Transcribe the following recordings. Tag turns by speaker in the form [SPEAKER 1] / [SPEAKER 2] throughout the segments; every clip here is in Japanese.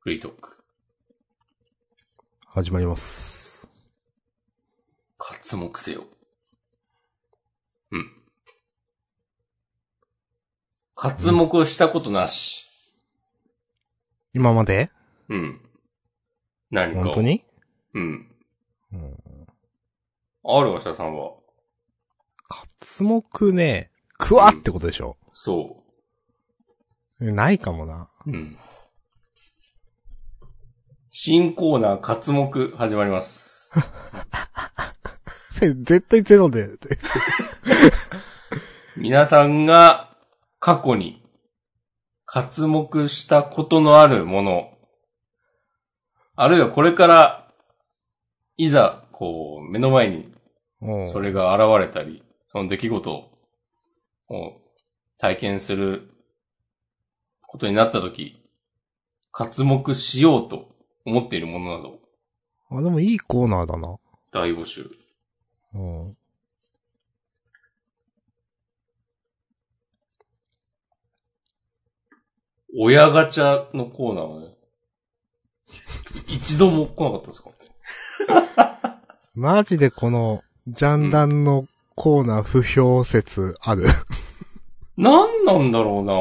[SPEAKER 1] フリートーク。
[SPEAKER 2] 始まります。
[SPEAKER 1] 活目せよ。うん。活目をしたことなし。
[SPEAKER 2] 今まで
[SPEAKER 1] うん。何かを。
[SPEAKER 2] 本当に
[SPEAKER 1] うん。
[SPEAKER 2] うん。
[SPEAKER 1] あるわ、社さんは。
[SPEAKER 2] 活目ね、くわってことでしょ、
[SPEAKER 1] そ
[SPEAKER 2] ないかもな。
[SPEAKER 1] う。うん。新コーナー、活目、始まります。
[SPEAKER 2] それ 絶対ゼロで。
[SPEAKER 1] 皆さんが、過去に、活目したことのあるもの、あるいはこれから、いざ、こう、目の前に
[SPEAKER 2] うん
[SPEAKER 1] それが現れたり、その出来事をを体験することになったとき、活目しようと思っているものなど、
[SPEAKER 2] あ、でもいいコーナーだな。
[SPEAKER 1] 大募集。
[SPEAKER 2] うん。
[SPEAKER 1] 親ガチャのコーナーはね、一度も来なかったですか
[SPEAKER 2] マジでこの、ジャンダンのコーナー不評説ある。
[SPEAKER 1] 何なん だろうな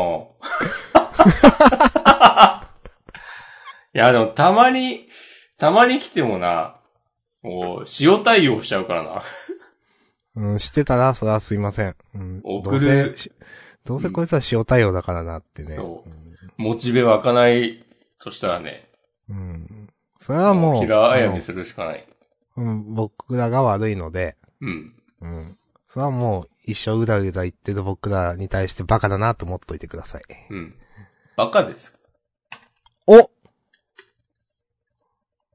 [SPEAKER 1] いや、でもたまに、たまに来てもな、もう、塩対応しちゃうからな。
[SPEAKER 2] うん、してたら、それはすいません。うん。
[SPEAKER 1] 送
[SPEAKER 2] ど
[SPEAKER 1] る
[SPEAKER 2] うせ、しどうせこいつは塩対応だからなってね。
[SPEAKER 1] そモチベ湧かないとしたらね、
[SPEAKER 2] うん。うん。それはもう、
[SPEAKER 1] 平あや
[SPEAKER 2] あ
[SPEAKER 1] に
[SPEAKER 2] の
[SPEAKER 1] するしかない。
[SPEAKER 2] うん、僕らが悪いので、
[SPEAKER 1] うん。
[SPEAKER 2] うん。それはもう、一生うだうだ言ってる僕らに対してバカだなと思っといてください。
[SPEAKER 1] うん。バカです。
[SPEAKER 2] お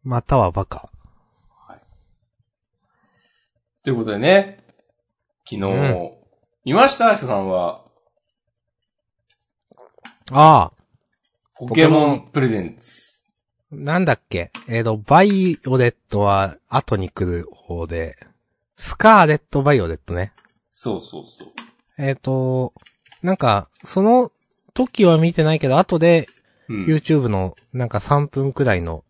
[SPEAKER 2] またはバカ。
[SPEAKER 1] ということでね、昨日、
[SPEAKER 2] うん
[SPEAKER 1] 見ましたアシカさんは、
[SPEAKER 2] ああ、
[SPEAKER 1] ポケモ
[SPEAKER 2] ポケモ
[SPEAKER 1] ンプレゼンツ。
[SPEAKER 2] なんだっけえっ、と、バイオレットは後に来る方で、スカーレットバイオレットね。
[SPEAKER 1] そうそうそう。
[SPEAKER 2] えっ、と、なんか、その時は見てないけど、後で
[SPEAKER 1] うん。
[SPEAKER 2] YouTube のなんか3分くらいの、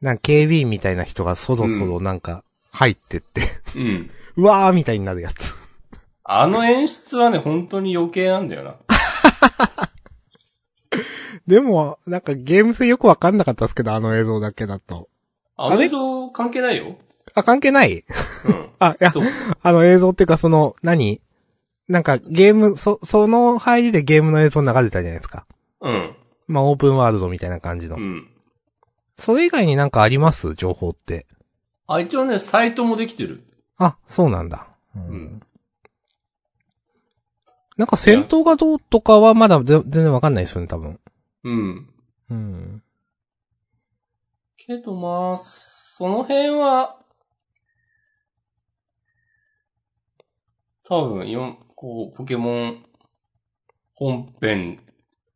[SPEAKER 2] なんか警備員みたいな人がそろそろなんか入ってって、
[SPEAKER 1] うん。
[SPEAKER 2] うわーみたいになるやつ。
[SPEAKER 1] あの演出はね、本当に余計なんだよな。
[SPEAKER 2] でも、なんかゲーム性よくわかんなかったですけど、あの映像だけだと。
[SPEAKER 1] あの映像関係ないよ。
[SPEAKER 2] あ、関係ない
[SPEAKER 1] う ん。
[SPEAKER 2] あ、いや
[SPEAKER 1] そ、う。
[SPEAKER 2] あの映像っていうかその、何なんかゲーム、そ、その入りでゲームの映像流れたじゃないですか。
[SPEAKER 1] うん。
[SPEAKER 2] まあオープンワールドみたいな感じの
[SPEAKER 1] う。ん。
[SPEAKER 2] それ以外になんかあります情報って。
[SPEAKER 1] あ、一応ね、サイトもできてる。
[SPEAKER 2] あ、そうなんだ。うん
[SPEAKER 1] ん
[SPEAKER 2] なんか戦闘がどうとかはまだぜ全然わかんないですよね、多分。
[SPEAKER 1] うん。
[SPEAKER 2] うん。
[SPEAKER 1] けどまあ、その辺は、多分、よんこう、ポケモン本編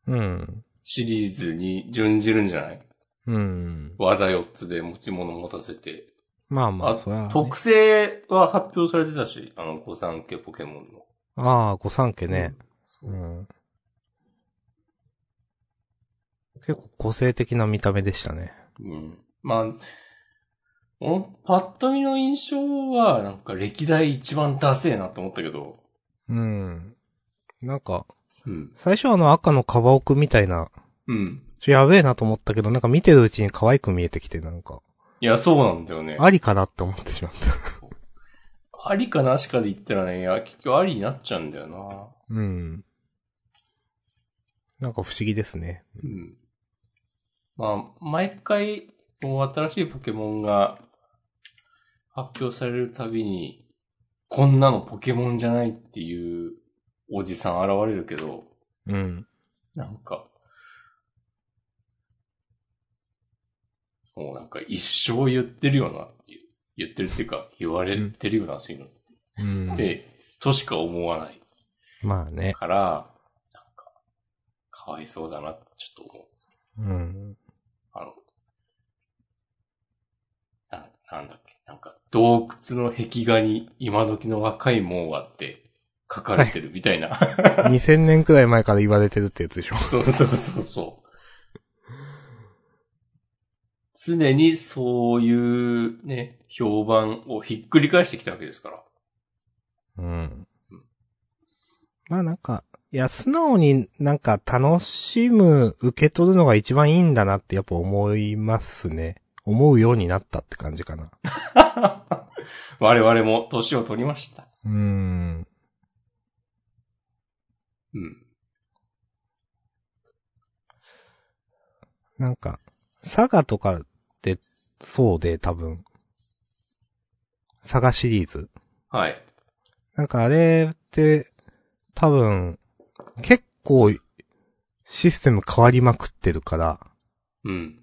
[SPEAKER 2] うん。
[SPEAKER 1] シリーズに準じるんじゃない
[SPEAKER 2] うん。
[SPEAKER 1] 技4つで持ち物持たせて。
[SPEAKER 2] まあま
[SPEAKER 1] あ
[SPEAKER 2] あ、それは、ね。
[SPEAKER 1] 特性は発表されてたし、あの、御三家ポケモンの。
[SPEAKER 2] ああ、御三家ね。うん。結構個性的な見た目でしたね。
[SPEAKER 1] うん。まあ、俺パッと見の印象は、なんか歴代一番ダセえなと思ったけど。
[SPEAKER 2] うん。なんか、
[SPEAKER 1] うん。
[SPEAKER 2] 最初はあの赤のカバオくみたいな、
[SPEAKER 1] うん。
[SPEAKER 2] ちょ、やべえなと思ったけど、なんか見てるうちに可愛く見えてきて、なんか、
[SPEAKER 1] いや、そうなんだよね。
[SPEAKER 2] ありかなって思ってしまった。
[SPEAKER 1] ありかなしかで言ったらね、いや、結局ありになっちゃうんだよな。
[SPEAKER 2] うん。なんか不思議ですね。
[SPEAKER 1] うん。まあ、毎回、もう新しいポケモンが発表されるたびに、こんなのポケモンじゃないっていうおじさん現れるけど、
[SPEAKER 2] うん。
[SPEAKER 1] なんか、もうなんか一生言ってるよなっていう、言ってるっていうか、言われてるよな、そういうの
[SPEAKER 2] うん
[SPEAKER 1] っ。て、としか思わない。
[SPEAKER 2] まあね。
[SPEAKER 1] から、なんか、かわいそうだなってちょっと思う。
[SPEAKER 2] うん。
[SPEAKER 1] あの、な、なんだっけ、なんか、洞窟の壁画に今時の若いもんはって書かれてるみたいな。
[SPEAKER 2] 2000年くらい前から言われてるってやつでしょ。
[SPEAKER 1] そうそうそうそう。常にそういうね、評判をひっくり返してきたわけですから。
[SPEAKER 2] うん。まあなんか、いや、素直になんか楽しむ、受け取るのが一番いいんだなってやっぱ思いますね。思うようになったって感じかな。
[SPEAKER 1] 我々も年を取りました。
[SPEAKER 2] うーん。
[SPEAKER 1] うん。
[SPEAKER 2] なんか、サガとかってそうで多分。サガシリーズ。
[SPEAKER 1] はい。
[SPEAKER 2] なんかあれって、多分、結構、システム変わりまくってるから、
[SPEAKER 1] うん。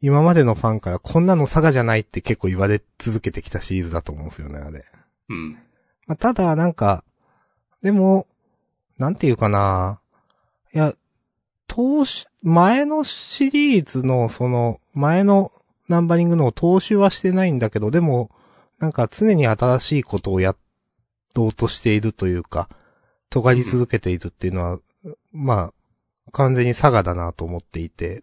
[SPEAKER 2] 今までのファンからこんなのサガじゃないって結構言われ続けてきたシリーズだと思うんですよね、あれ。
[SPEAKER 1] うん。
[SPEAKER 2] まあ、ただ、なんか、でも、なんていうかな。いや、投資、前のシリーズの、その、前のナンバリングのを踏襲はしてないんだけど、でも、なんか常に新しいことをやろうとしているというか、尖り続けているっていうのは、まあ、完全に差がだなと思っていて。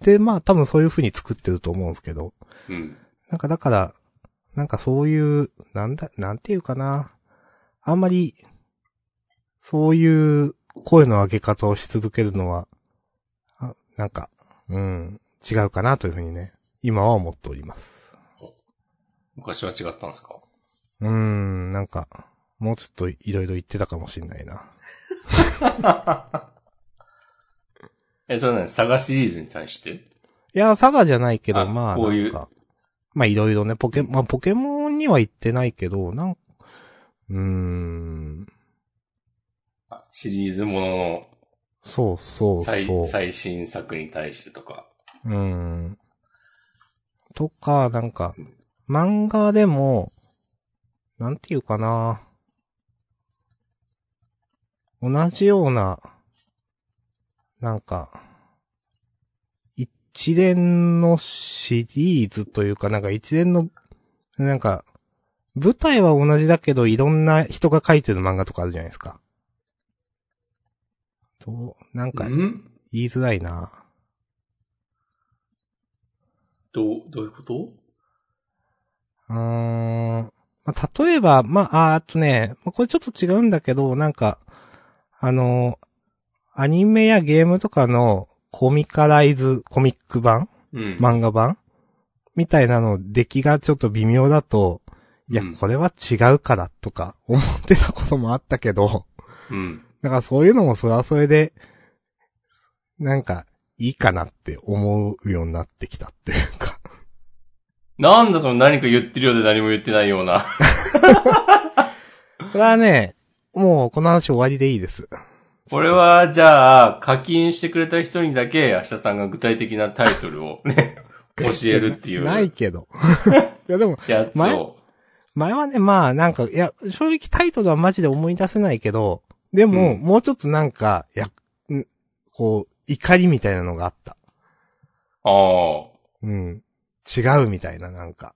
[SPEAKER 2] で、まあ多分そういう風に作ってると思うんですけど。
[SPEAKER 1] うん。
[SPEAKER 2] なんかだから、なんかそういう、なんだ、なんていうかな。あんまり、そういう声の上げ方をし続けるのは、あなんか、うん、違うかなというふうにね、今は思っております。
[SPEAKER 1] 昔は違ったんです か
[SPEAKER 2] うーん、なんか、もうちょっといろいろ言ってたかもしんないな。
[SPEAKER 1] え、それはね、サガシリーズに対して
[SPEAKER 2] いや、サガじゃないけど、
[SPEAKER 1] あ
[SPEAKER 2] まあ、
[SPEAKER 1] こうい
[SPEAKER 2] なん
[SPEAKER 1] う
[SPEAKER 2] か、まあいろいろね、ポケ、まあポケモンには行ってないけど、なん、うーん、
[SPEAKER 1] あシリーズもの
[SPEAKER 2] そうそう
[SPEAKER 1] の最
[SPEAKER 2] そう。
[SPEAKER 1] 最新作に対してとか。
[SPEAKER 2] うん。とか、なんか、漫画でも、なんていうかな。同じような、なんか、一連のシリーズというか、なんか一連の、なんか、舞台は同じだけど、いろんな人が書いてる漫画とかあるじゃないですか。と、なんか、
[SPEAKER 1] ん
[SPEAKER 2] 言いづらいな。
[SPEAKER 1] どう、どういうこと
[SPEAKER 2] うーん。まあ、例えば、まあ、ああとね、まあこれちょっと違うんだけど、なんか、あの、アニメやゲームとかのコミカライズ、コミック版
[SPEAKER 1] うん。
[SPEAKER 2] 漫画版みたいなの、出来がちょっと微妙だと、いや
[SPEAKER 1] うん、
[SPEAKER 2] これは違うからとか思ってたこともあったけど、
[SPEAKER 1] うん。
[SPEAKER 2] だからそういうのもそれはそれで、なんか、いいかなって思うようになってきたっていうか。
[SPEAKER 1] なんだその何か言ってるようで何も言ってないような。
[SPEAKER 2] これはね、もうこの話終わりでいいです。
[SPEAKER 1] これは、じゃあ、課金してくれた人にだけ、明日さんが具体的なタイトルを ね、教えるっていう。
[SPEAKER 2] ないけど。いやでも、
[SPEAKER 1] やつ
[SPEAKER 2] 前
[SPEAKER 1] を。
[SPEAKER 2] 前はね、まあなんか、いや、正直タイトルはマジで思い出せないけど、で
[SPEAKER 1] う
[SPEAKER 2] も、
[SPEAKER 1] ん
[SPEAKER 2] もうちょっとなんか、いや、んこう、怒りみたいなのがあった。
[SPEAKER 1] ああ。
[SPEAKER 2] うん。違うみたいな、なんか。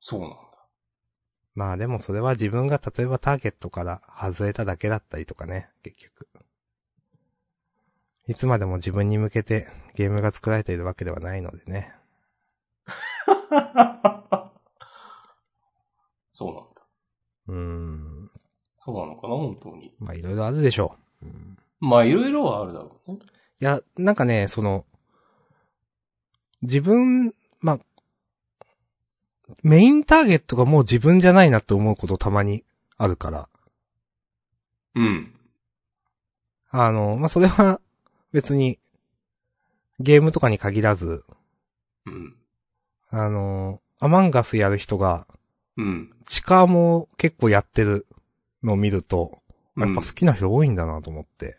[SPEAKER 1] そうなんだ。
[SPEAKER 2] まあでもそれは自分が例えばターゲットから外れただけだったりとかね、結局。いつまでも自分に向けてゲームが作られているわけではないのでね。
[SPEAKER 1] そうなんだ。
[SPEAKER 2] うーん。
[SPEAKER 1] そうなのかな、本当に。
[SPEAKER 2] まあいろいろあるでしょう。うん
[SPEAKER 1] まあ、いろいろはあるだろうね。
[SPEAKER 2] いや、なんかね、その、自分、まあ、メインターゲットがもう自分じゃないなって思うことたまにあるから、
[SPEAKER 1] うん。
[SPEAKER 2] あの、まあ、それは別にゲームとかに限らず、
[SPEAKER 1] うん。
[SPEAKER 2] あの、アマンガスやる人が、
[SPEAKER 1] うん。
[SPEAKER 2] 地下も結構やってるのを見ると、
[SPEAKER 1] う
[SPEAKER 2] や
[SPEAKER 1] ん
[SPEAKER 2] っぱ好きな人多いんだなと思って。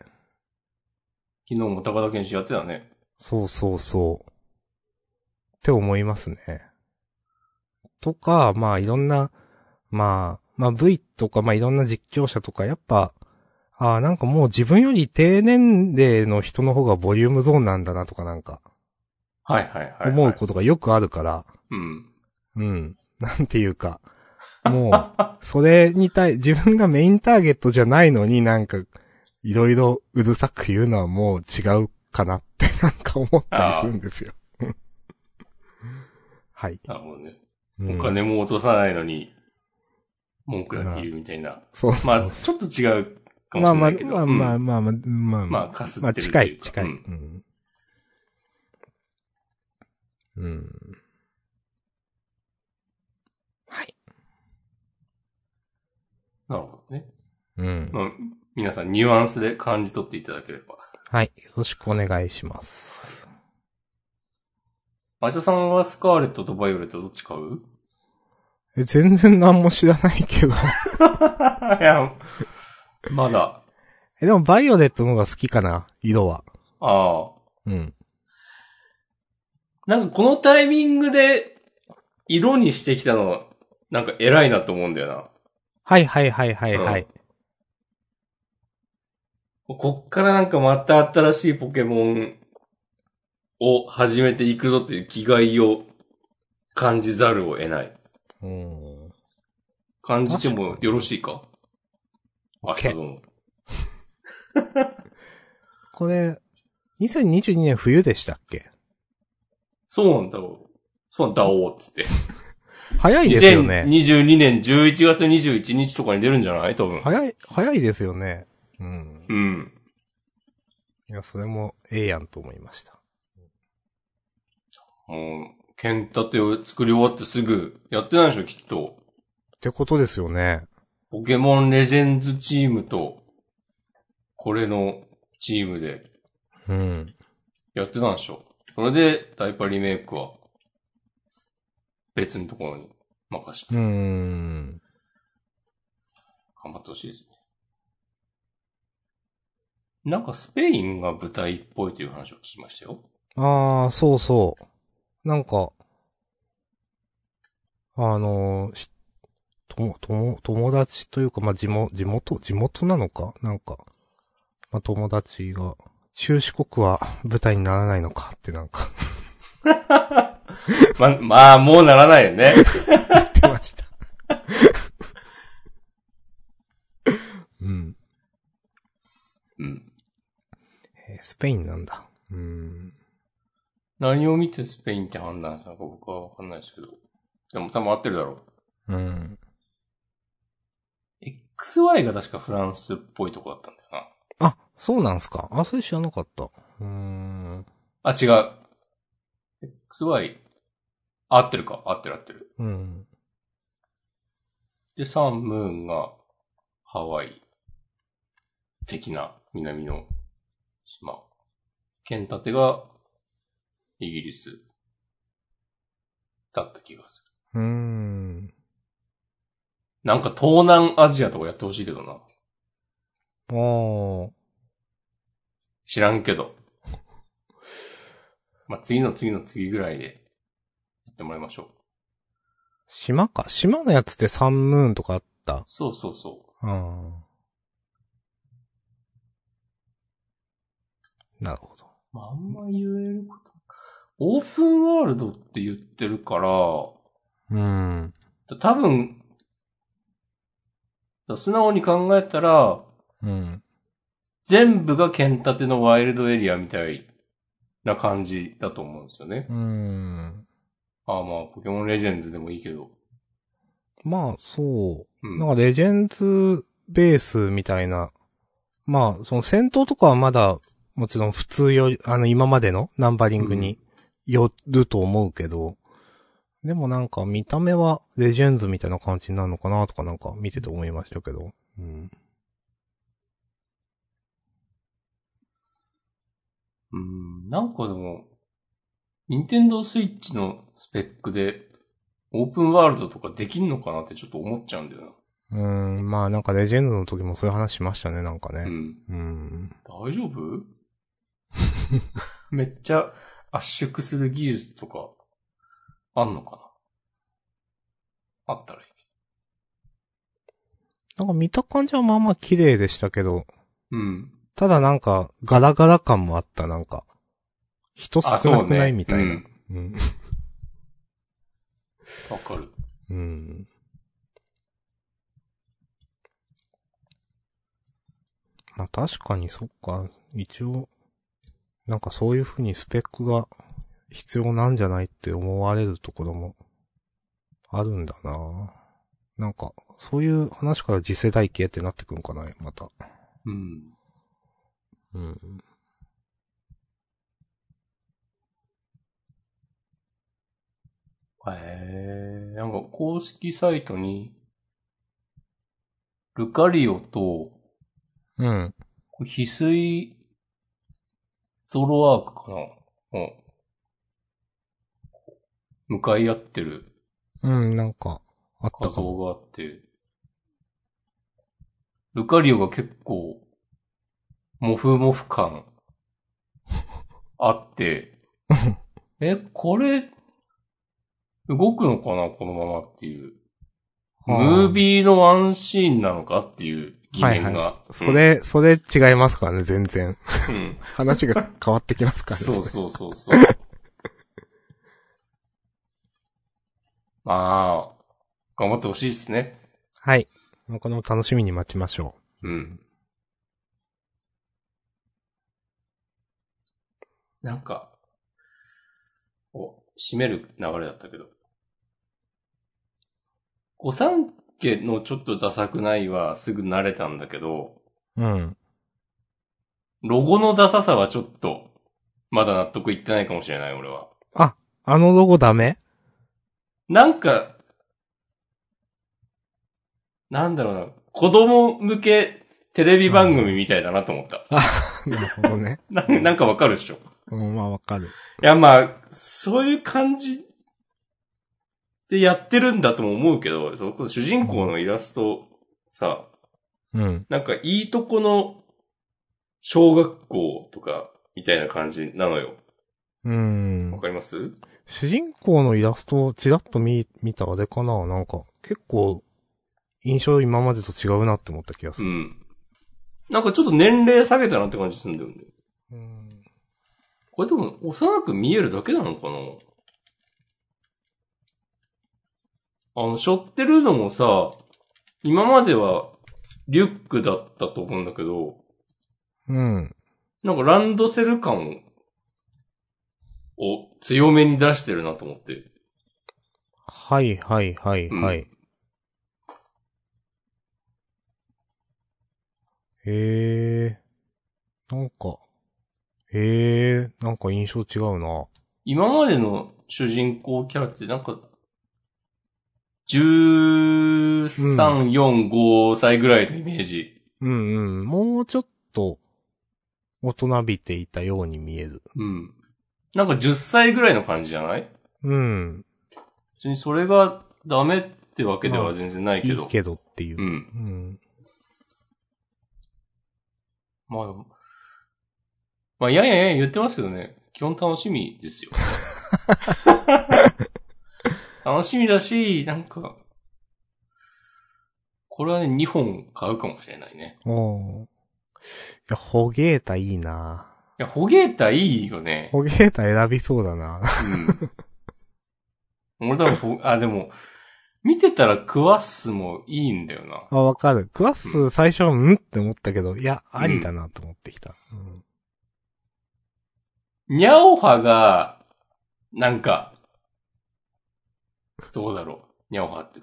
[SPEAKER 1] 昨日も高田健志やってたね。
[SPEAKER 2] そうそうそう。って思いますね。とか、まあいろんな、まあ、まあ V とか、まあいろんな実況者とか、やっぱ、ああ、なんかもう自分より低年齢の人の方がボリュームゾーンなんだなとかなんか、
[SPEAKER 1] はいはいはい、はい。
[SPEAKER 2] 思うことがよくあるから、
[SPEAKER 1] うん。
[SPEAKER 2] うん。なんていう か、もう、それに対、自分がメインターゲットじゃないのになんか、いろいろうるさく言うのはもう違うかなってなんか思ったりするん ですよ。はい。
[SPEAKER 1] なるほどね。
[SPEAKER 2] うん
[SPEAKER 1] お金も落とさないのに、文句だけ言うみたいな。
[SPEAKER 2] そう。
[SPEAKER 1] まあ、ちょっと違うかも
[SPEAKER 2] まあ
[SPEAKER 1] しれないけ
[SPEAKER 2] まあ
[SPEAKER 1] ど。
[SPEAKER 2] まあ
[SPEAKER 1] うん
[SPEAKER 2] まあまあまあまあ
[SPEAKER 1] まあ、かす
[SPEAKER 2] ま
[SPEAKER 1] っ
[SPEAKER 2] あ
[SPEAKER 1] てる
[SPEAKER 2] 近
[SPEAKER 1] とい
[SPEAKER 2] いう
[SPEAKER 1] か
[SPEAKER 2] 近い。
[SPEAKER 1] う
[SPEAKER 2] うんん。うん。はい。
[SPEAKER 1] なるほどね。
[SPEAKER 2] うん。
[SPEAKER 1] まあ、皆さんニュアンスで感じ取っていただければ。
[SPEAKER 2] はい。よろしくお願いします。
[SPEAKER 1] マシさんはスカーレットとバイオレットどっち買 う
[SPEAKER 2] え全然何も知らないけ
[SPEAKER 1] い
[SPEAKER 2] ど。
[SPEAKER 1] や、まだ。
[SPEAKER 2] え、でもバイオレットの方が好きかな色は。
[SPEAKER 1] ああ。
[SPEAKER 2] うん。
[SPEAKER 1] なんかこのタイミングで色にしてきたの、なんか偉いなと思うんだよな。
[SPEAKER 2] はいはいはいはいはい。
[SPEAKER 1] こっからなんかまた新しいポケモンを始めていくぞという気概を感じざるを得ない。
[SPEAKER 2] うん。
[SPEAKER 1] 感じてもよろしいか明日
[SPEAKER 2] OK
[SPEAKER 1] の。
[SPEAKER 2] これ、2022年冬でしたっけ
[SPEAKER 1] そうなんだろう。そうなんだおうっつって。
[SPEAKER 2] 早いですよね。
[SPEAKER 1] 2022年11月21日とかに出るんじゃない多分。
[SPEAKER 2] 早い、早いですよね。うん。
[SPEAKER 1] うん。
[SPEAKER 2] いや、それもええやんと思いました。
[SPEAKER 1] もう、剣立てを作り終わってすぐやってないでしょ、きっと。
[SPEAKER 2] ってことですよね。
[SPEAKER 1] ポケモンレジェンズチームと、これのチームで
[SPEAKER 2] うん。
[SPEAKER 1] やってたんでしょ。それで、ダイパリメイクは、別のところに任して、
[SPEAKER 2] う
[SPEAKER 1] 頑
[SPEAKER 2] ん。
[SPEAKER 1] 張ってほしいですね。なんかスペインが舞台っぽいという話を聞きましたよ。
[SPEAKER 2] ああ、そうそう。なんか、あのーし、とも、とも、友達というか、まあ、地元、地元、地元なのかなんか、まあ、友達が、中四国は舞台にならないのかってなんか
[SPEAKER 1] ま、まあ、もうならないよね。
[SPEAKER 2] 言ってました。 うん。
[SPEAKER 1] うん。
[SPEAKER 2] えースペインなんだ。うん。
[SPEAKER 1] 何を見てスペインって判断したのか僕はわかんないですけど。でも多分合ってるだろう。
[SPEAKER 2] うん。
[SPEAKER 1] XY が確かフランスっぽいとこだったんだよな。
[SPEAKER 2] あ、そうなんすか。あ、それ知らなかった。うーん。
[SPEAKER 1] あ、違う。XY。合ってるか合ってる合ってる。
[SPEAKER 2] うん。
[SPEAKER 1] で、サンムーンがハワイ的な南の島。剣立てがイギリスだった気がする。
[SPEAKER 2] うーん。
[SPEAKER 1] なんか東南アジアとかやってほしいけどな。
[SPEAKER 2] あー。
[SPEAKER 1] 知らんけど。 まあ、次の次の次ぐらいでやってもらいましょう。
[SPEAKER 2] 島か。島のやつってサンムーンとかあった。
[SPEAKER 1] そうそうそう。
[SPEAKER 2] うん。なるほど。
[SPEAKER 1] まあ、あんま言えること。オープンワールドって言ってるから、
[SPEAKER 2] うん。
[SPEAKER 1] 多分、素直に考えたら、
[SPEAKER 2] うん。
[SPEAKER 1] 全部が剣立てのワイルドエリアみたいな感じだと思うんですよね。
[SPEAKER 2] うん。
[SPEAKER 1] ああまあ、ポケモンレジェンズでもいいけど。
[SPEAKER 2] まあ、そうう。
[SPEAKER 1] ん。
[SPEAKER 2] なんか、レジェンズベースみたいな。まあ、その戦闘とかはまだ、もちろん普通より、あの、今までのナンバリングによると思うけど、でもなんか見た目はレジェンズみたいな感じになるのかなとかなんか見てて思いましたけど。うん。
[SPEAKER 1] うん、なんかでも、ニンテンドースイッチのスペックで、オープンワールドとかできんのかなってちょっと思っちゃうんだよ
[SPEAKER 2] うーん、まあなんかレジェンドの時もそういう話しましたね、なんか
[SPEAKER 1] な。う
[SPEAKER 2] ね。
[SPEAKER 1] ん。
[SPEAKER 2] うん。
[SPEAKER 1] 大丈夫 めっちゃ圧縮する技術とか、あんのかなあったらいい。
[SPEAKER 2] なんか見た感じはまあまあ綺麗でしたけど、
[SPEAKER 1] うん。
[SPEAKER 2] ただなんかガラガラ感もあった、なんか。人少
[SPEAKER 1] あ、そう
[SPEAKER 2] なく
[SPEAKER 1] ね。
[SPEAKER 2] ないみたいな。
[SPEAKER 1] うん
[SPEAKER 2] うん。
[SPEAKER 1] わ、かる。
[SPEAKER 2] うん。まあ確かにそっか、一応、なんかそういう風にスペックが必要なんじゃないって思われるところもあるんだななんか、そういう話から次世代系ってなってくんかな、また。
[SPEAKER 1] うん。
[SPEAKER 2] うん。
[SPEAKER 1] へえ、なんか公式サイトに、ルカリオと、
[SPEAKER 2] うん。
[SPEAKER 1] これ翡翠、ゾロワークかなうん。向かい合ってる
[SPEAKER 2] うん、なんか、あ
[SPEAKER 1] 画
[SPEAKER 2] ったか
[SPEAKER 1] 像
[SPEAKER 2] も。
[SPEAKER 1] があって、ルカリオが結構、モフモフ感、あって、 え、これ、動くのかなこのままっていう。
[SPEAKER 2] あー
[SPEAKER 1] ムービーのワンシーンなのかっていう疑
[SPEAKER 2] はい
[SPEAKER 1] 念が。
[SPEAKER 2] はい。それ、それ違いますからね、全然。
[SPEAKER 1] うん、うん
[SPEAKER 2] 話が変わってきますからね。
[SPEAKER 1] そう
[SPEAKER 2] れ
[SPEAKER 1] そうそうそう。 まあ、頑張ってほしいですね。
[SPEAKER 2] はい。この楽しみに待ちましょ
[SPEAKER 1] うん。なんか、お、締める流れだったけど。御三家のちょっとダサくないはすぐ慣れたんだけど、
[SPEAKER 2] う。うん。
[SPEAKER 1] ロゴのダサさはちょっと、まだ納得いってないかもしれない、俺は。
[SPEAKER 2] あのロゴダメ
[SPEAKER 1] なんか、なんだろうな、子供向けテレビ番組みたいだなと思 った。
[SPEAKER 2] なるほどね。
[SPEAKER 1] ななんかわかるでしょい
[SPEAKER 2] うん、まあわかる。
[SPEAKER 1] や、まあ、そういう感じでやってるんだとも思うけど、そこ主人公のイラスト、さ、
[SPEAKER 2] うん。
[SPEAKER 1] なんかいいとこの小学校とかみたいな感じなのよ。
[SPEAKER 2] う
[SPEAKER 1] わ
[SPEAKER 2] ん。
[SPEAKER 1] かります
[SPEAKER 2] 主人公のイラストをちらっと見、見たあれかななんか、結構、印象今までと違うなって思った気がす
[SPEAKER 1] う
[SPEAKER 2] る。
[SPEAKER 1] ん。なんかちょっと年齢下げたなって感じするんだよね。
[SPEAKER 2] うん。
[SPEAKER 1] これでも幼く見えるだけなのかなあの、背負ってるのもさ、今まではリュックだったと思うんだけど、
[SPEAKER 2] うん。
[SPEAKER 1] なんかランドセル感を強めに出してるなと思って。
[SPEAKER 2] はいはいはいはい。
[SPEAKER 1] う
[SPEAKER 2] へえ。なんか、へえ、なんか印象違うな。
[SPEAKER 1] 今までの主人公キャラってなんか、13、4、5歳ぐらいのイメージ。
[SPEAKER 2] うんうん。もうちょっと、大人びていたように見える。
[SPEAKER 1] うん。なんか10歳ぐらいの感じじゃない
[SPEAKER 2] うん。
[SPEAKER 1] 別にそれがダメってわけでは全然ない
[SPEAKER 2] い
[SPEAKER 1] けど。
[SPEAKER 2] いけどっていうう。
[SPEAKER 1] ん。
[SPEAKER 2] うん。
[SPEAKER 1] まあでも、まあ、いやいやいや言ってますけどね、基本楽しみですよ。楽しみだし、なんか、これはね、2本買うかもしれないね。
[SPEAKER 2] おーいや、ホゲータいいない
[SPEAKER 1] や、ホゲータいいよね。
[SPEAKER 2] ホゲータ選びそうだな
[SPEAKER 1] うん。俺多分ほ、あ、でも、見てたらクワッスもいいんだよな。
[SPEAKER 2] あ、わかる。クワッス最初、うんって思ったけど、いや、ありだなと思ってきた。うん。
[SPEAKER 1] ニャオハが、なんか、どうだろう。ニャオハって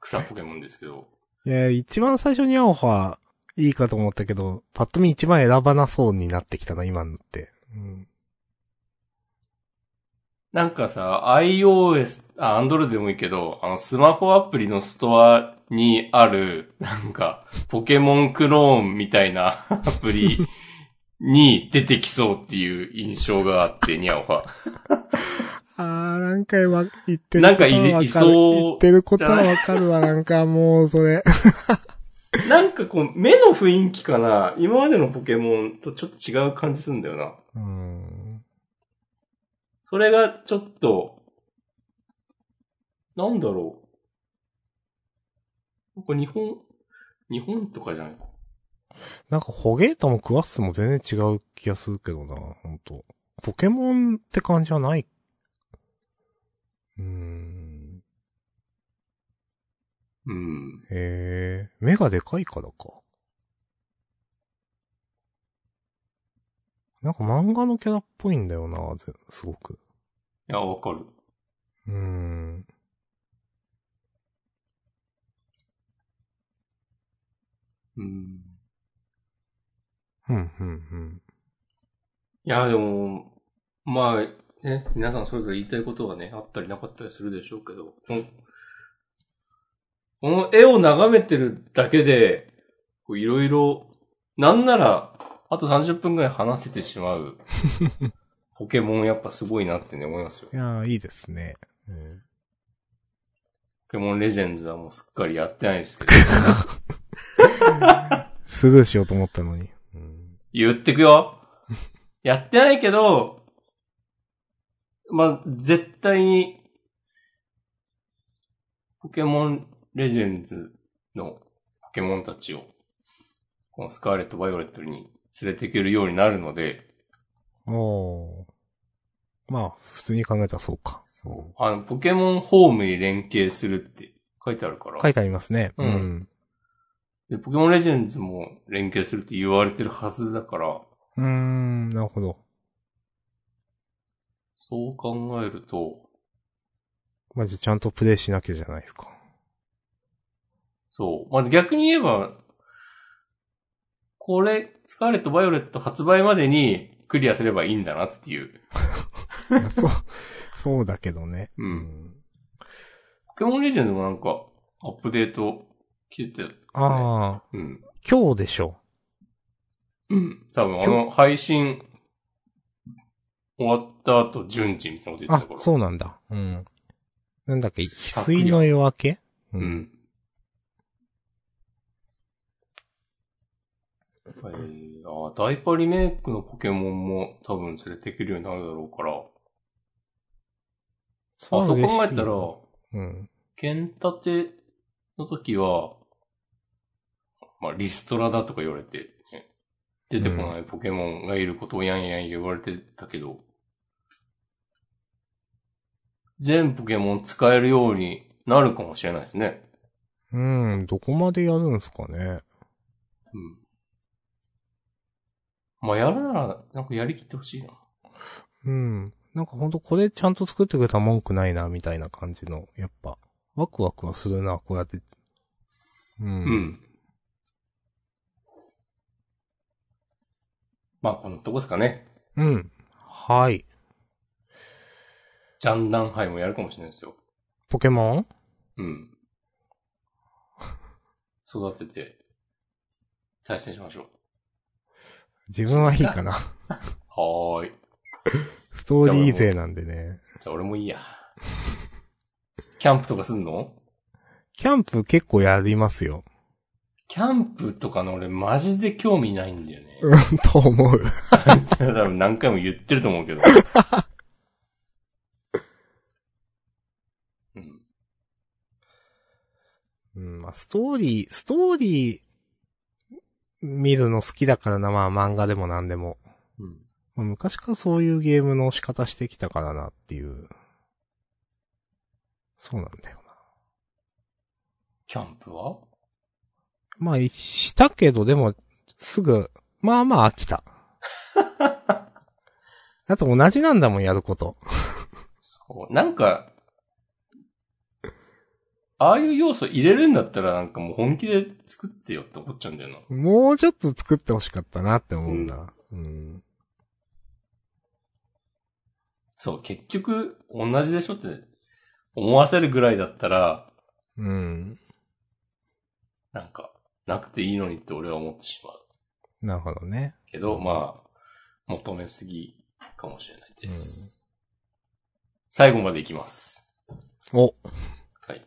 [SPEAKER 1] 草ポケモンですけど。
[SPEAKER 2] いや、一番最初にアオハ、いいかと思ったけど、パッと見一番選ばなそうになってきたな、今になって。うん。
[SPEAKER 1] なんかさ、iOS、あ、Android でもいいけど、あの、スマホアプリのストアにある、なんか、ポケモンクローンみたいな アプリに出てきそうっていう印象があって、ニャオハ。
[SPEAKER 2] あー、なんか今、言ってる
[SPEAKER 1] なんかい
[SPEAKER 2] ことはわ
[SPEAKER 1] い
[SPEAKER 2] かる
[SPEAKER 1] そう
[SPEAKER 2] 言ってることはわかるわ、なんかもう、それ。
[SPEAKER 1] なんかこう、目の雰囲気かな今までのポケモンとちょっと違う感じするんだよな。
[SPEAKER 2] うん。
[SPEAKER 1] それがちょっと、なんだろう。なんか日本、日本とかじゃないか。
[SPEAKER 2] なんか、ホゲータもクワッスも全然違う気がするけどな、ほんと。ポケモンって感じはない。うーん。
[SPEAKER 1] うん。
[SPEAKER 2] へえ、目がでかいからか。なんか漫画のキャラっぽいんだよな、ぜすごく。
[SPEAKER 1] いや、わかる。
[SPEAKER 2] うーん。
[SPEAKER 1] うん。
[SPEAKER 2] うん、うん、
[SPEAKER 1] いや、でも、まあ、ね、皆さんそれぞれ言いたいことがね、あったりなかったりするでしょうけど、この、この絵を眺めてるだけで、こういろいろ、なんなら、あと30分ぐらい話せてしまう、ポケモンやっぱすごいなってね、思いますよ。
[SPEAKER 2] うん。いやー、いいですね。うん
[SPEAKER 1] ポケモンレジェンズはもうすっかりやってないですけど、
[SPEAKER 2] スルーしようと思ったのに。うん。
[SPEAKER 1] 言ってくよやってないけど、まあ、絶対に、ポケモンレジェンズのポケモンたちを、このスカーレット・バイオレットに連れていけるようになるので、
[SPEAKER 2] おー。まあ、普通に考えたらそうか。そ
[SPEAKER 1] あの、ポケモンホームに連携するって書いてあるから、
[SPEAKER 2] 書いてありますね。
[SPEAKER 1] うんでポケモンレジェンズも連携するって言われてるはずだから、
[SPEAKER 2] うん。うーん、なるほど。
[SPEAKER 1] そう考えると、
[SPEAKER 2] まあ、じゃあちゃんとプレイしなきゃじゃないで すか。
[SPEAKER 1] そう。まあ、逆に言えば、これ、スカーレット・バイオレット発売までにクリアすればいいんだなっていう。
[SPEAKER 2] いやそう、そうだけどね。
[SPEAKER 1] うんポケモンレジェンズもなんか、アップデート来てて、
[SPEAKER 2] ああ、
[SPEAKER 1] うん。
[SPEAKER 2] 今日でしょ。
[SPEAKER 1] うん。多分あの、配信、終わった後、順次みたいなこと言って
[SPEAKER 2] あ
[SPEAKER 1] たか、ら。
[SPEAKER 2] そうなんだ。うん。なんだっけ、翡
[SPEAKER 1] 昨夜
[SPEAKER 2] 翠の夜明けう
[SPEAKER 1] う。
[SPEAKER 2] ん。
[SPEAKER 1] ん。えー、あーダイパリメイクのポケモンも多分連れてくるようになるだろうから。
[SPEAKER 2] れ
[SPEAKER 1] あ、
[SPEAKER 2] は
[SPEAKER 1] そう
[SPEAKER 2] 嬉しい
[SPEAKER 1] 考えたら、
[SPEAKER 2] うん。
[SPEAKER 1] 剣立ての時は、まあ、リストラだとか言われて、ね出てこないポケモンがいることをやんやん言われてたけど、全ポケモン使えるようになるかもしれないですね。
[SPEAKER 2] うん、どこまでやるんすかね。
[SPEAKER 1] うん。まあ、やるなら、なんかやりきってほしいな。
[SPEAKER 2] うん。なんかほんとこれちゃんと作ってくれたら文句ないな、みたいな感じの、やっぱ、ワクワクはするな、こうやって。うん。
[SPEAKER 1] うん。まあ、このとこですかね。
[SPEAKER 2] うん。はい。
[SPEAKER 1] ジャンダンハイもやるかもしれないですよ。
[SPEAKER 2] ポケモン
[SPEAKER 1] うん。育てて、対戦しましょ
[SPEAKER 2] 自分はいいか な。
[SPEAKER 1] う。はーい。
[SPEAKER 2] ストーリー勢なんでね。
[SPEAKER 1] じゃあ俺もいい や。キャンプとかすんの
[SPEAKER 2] キャンプ結構やりますよ。
[SPEAKER 1] キャンプとかの俺マジで興味ないんだよね。
[SPEAKER 2] うん、と思う。
[SPEAKER 1] 多分何回も言ってると思うけど。うん。
[SPEAKER 2] うん、まあ、ストーリー、ストーリー、見るの好きだからな、まあ、漫画でも何でも。
[SPEAKER 1] うん。
[SPEAKER 2] まあ昔からそういうゲームの仕方してきたからなっていう。そうなんだよな。
[SPEAKER 1] キャンプは
[SPEAKER 2] まあ、したけど、でも、すぐ、まあまあ飽 きた。だって同じなんだもん、やること。
[SPEAKER 1] そうなんか、ああいう要素入れるんだったらなんかもう本気で作ってよって思っちゃうんだよな。
[SPEAKER 2] もうちょっと作ってほしかったなって思うんだ。うん。
[SPEAKER 1] そう、結局、同じでしょって思わせるぐらいだったら、
[SPEAKER 2] うん。
[SPEAKER 1] なんか、なくていいのにって俺は思ってしまう。
[SPEAKER 2] なるほどね。
[SPEAKER 1] けど、まあ、求めすぎかもしれないです。最後までいきます。
[SPEAKER 2] お、
[SPEAKER 1] はい。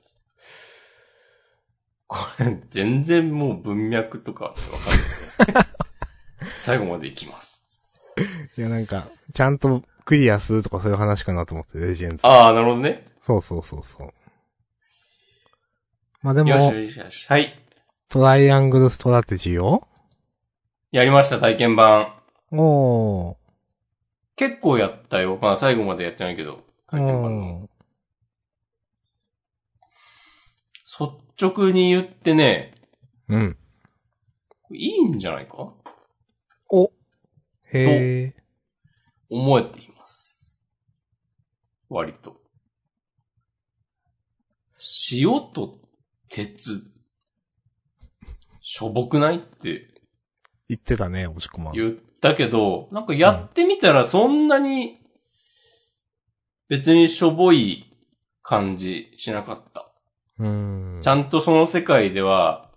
[SPEAKER 1] これ、全然もう文脈とかわかんないですね。最後までいきます。
[SPEAKER 2] いやなんか、ちゃんとクリアするとかそういう話かなと思って、レジェンズ。
[SPEAKER 1] ああ、なるほどね。
[SPEAKER 2] そうそうそうそう。まあで
[SPEAKER 1] よし
[SPEAKER 2] も、
[SPEAKER 1] よしよし。はい。
[SPEAKER 2] トライアングルストラテジーを
[SPEAKER 1] やりました、体験版。
[SPEAKER 2] おー。
[SPEAKER 1] 結構やったよ。まあ、最後までやってないけど。体験版の。
[SPEAKER 2] う
[SPEAKER 1] 率直に言ってね、
[SPEAKER 2] ん。
[SPEAKER 1] いいんじゃないか
[SPEAKER 2] お。へえ。
[SPEAKER 1] 思えています。割と。塩と鉄、しょぼくないって
[SPEAKER 2] 言ってたね、押し込まん。
[SPEAKER 1] 言ったけど、なんかやってみたらそんなに、別にしょぼい感じしなかった。
[SPEAKER 2] うん
[SPEAKER 1] ち。ゃんとその世界では、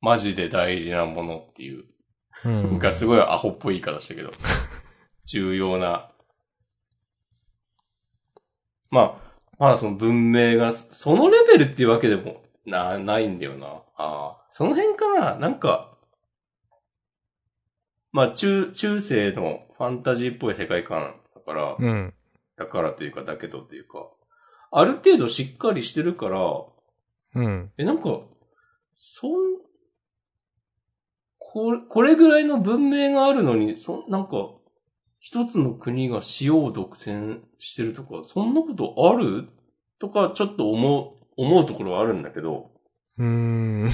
[SPEAKER 1] マジで大事なものっていう、
[SPEAKER 2] うん
[SPEAKER 1] がすごいアホっぽい言い方したけ ど、重要な。まあ、まだその文明が、そのレベルっていうわけでもな、ないんだよな。ああ、その辺かななんか、まあ、中、中世のファンタジーっぽい世界観だから、
[SPEAKER 2] うん。
[SPEAKER 1] だからというか、だけどというか、ある程度しっかりしてるから、
[SPEAKER 2] うん。
[SPEAKER 1] え、なんか、そん、これ、これぐらいの文明があるのに、そ、なんか、一つの国が塩を独占してるとか、そんなことあるとか、ちょっと思う、思うところはあるんだけど、
[SPEAKER 2] うん。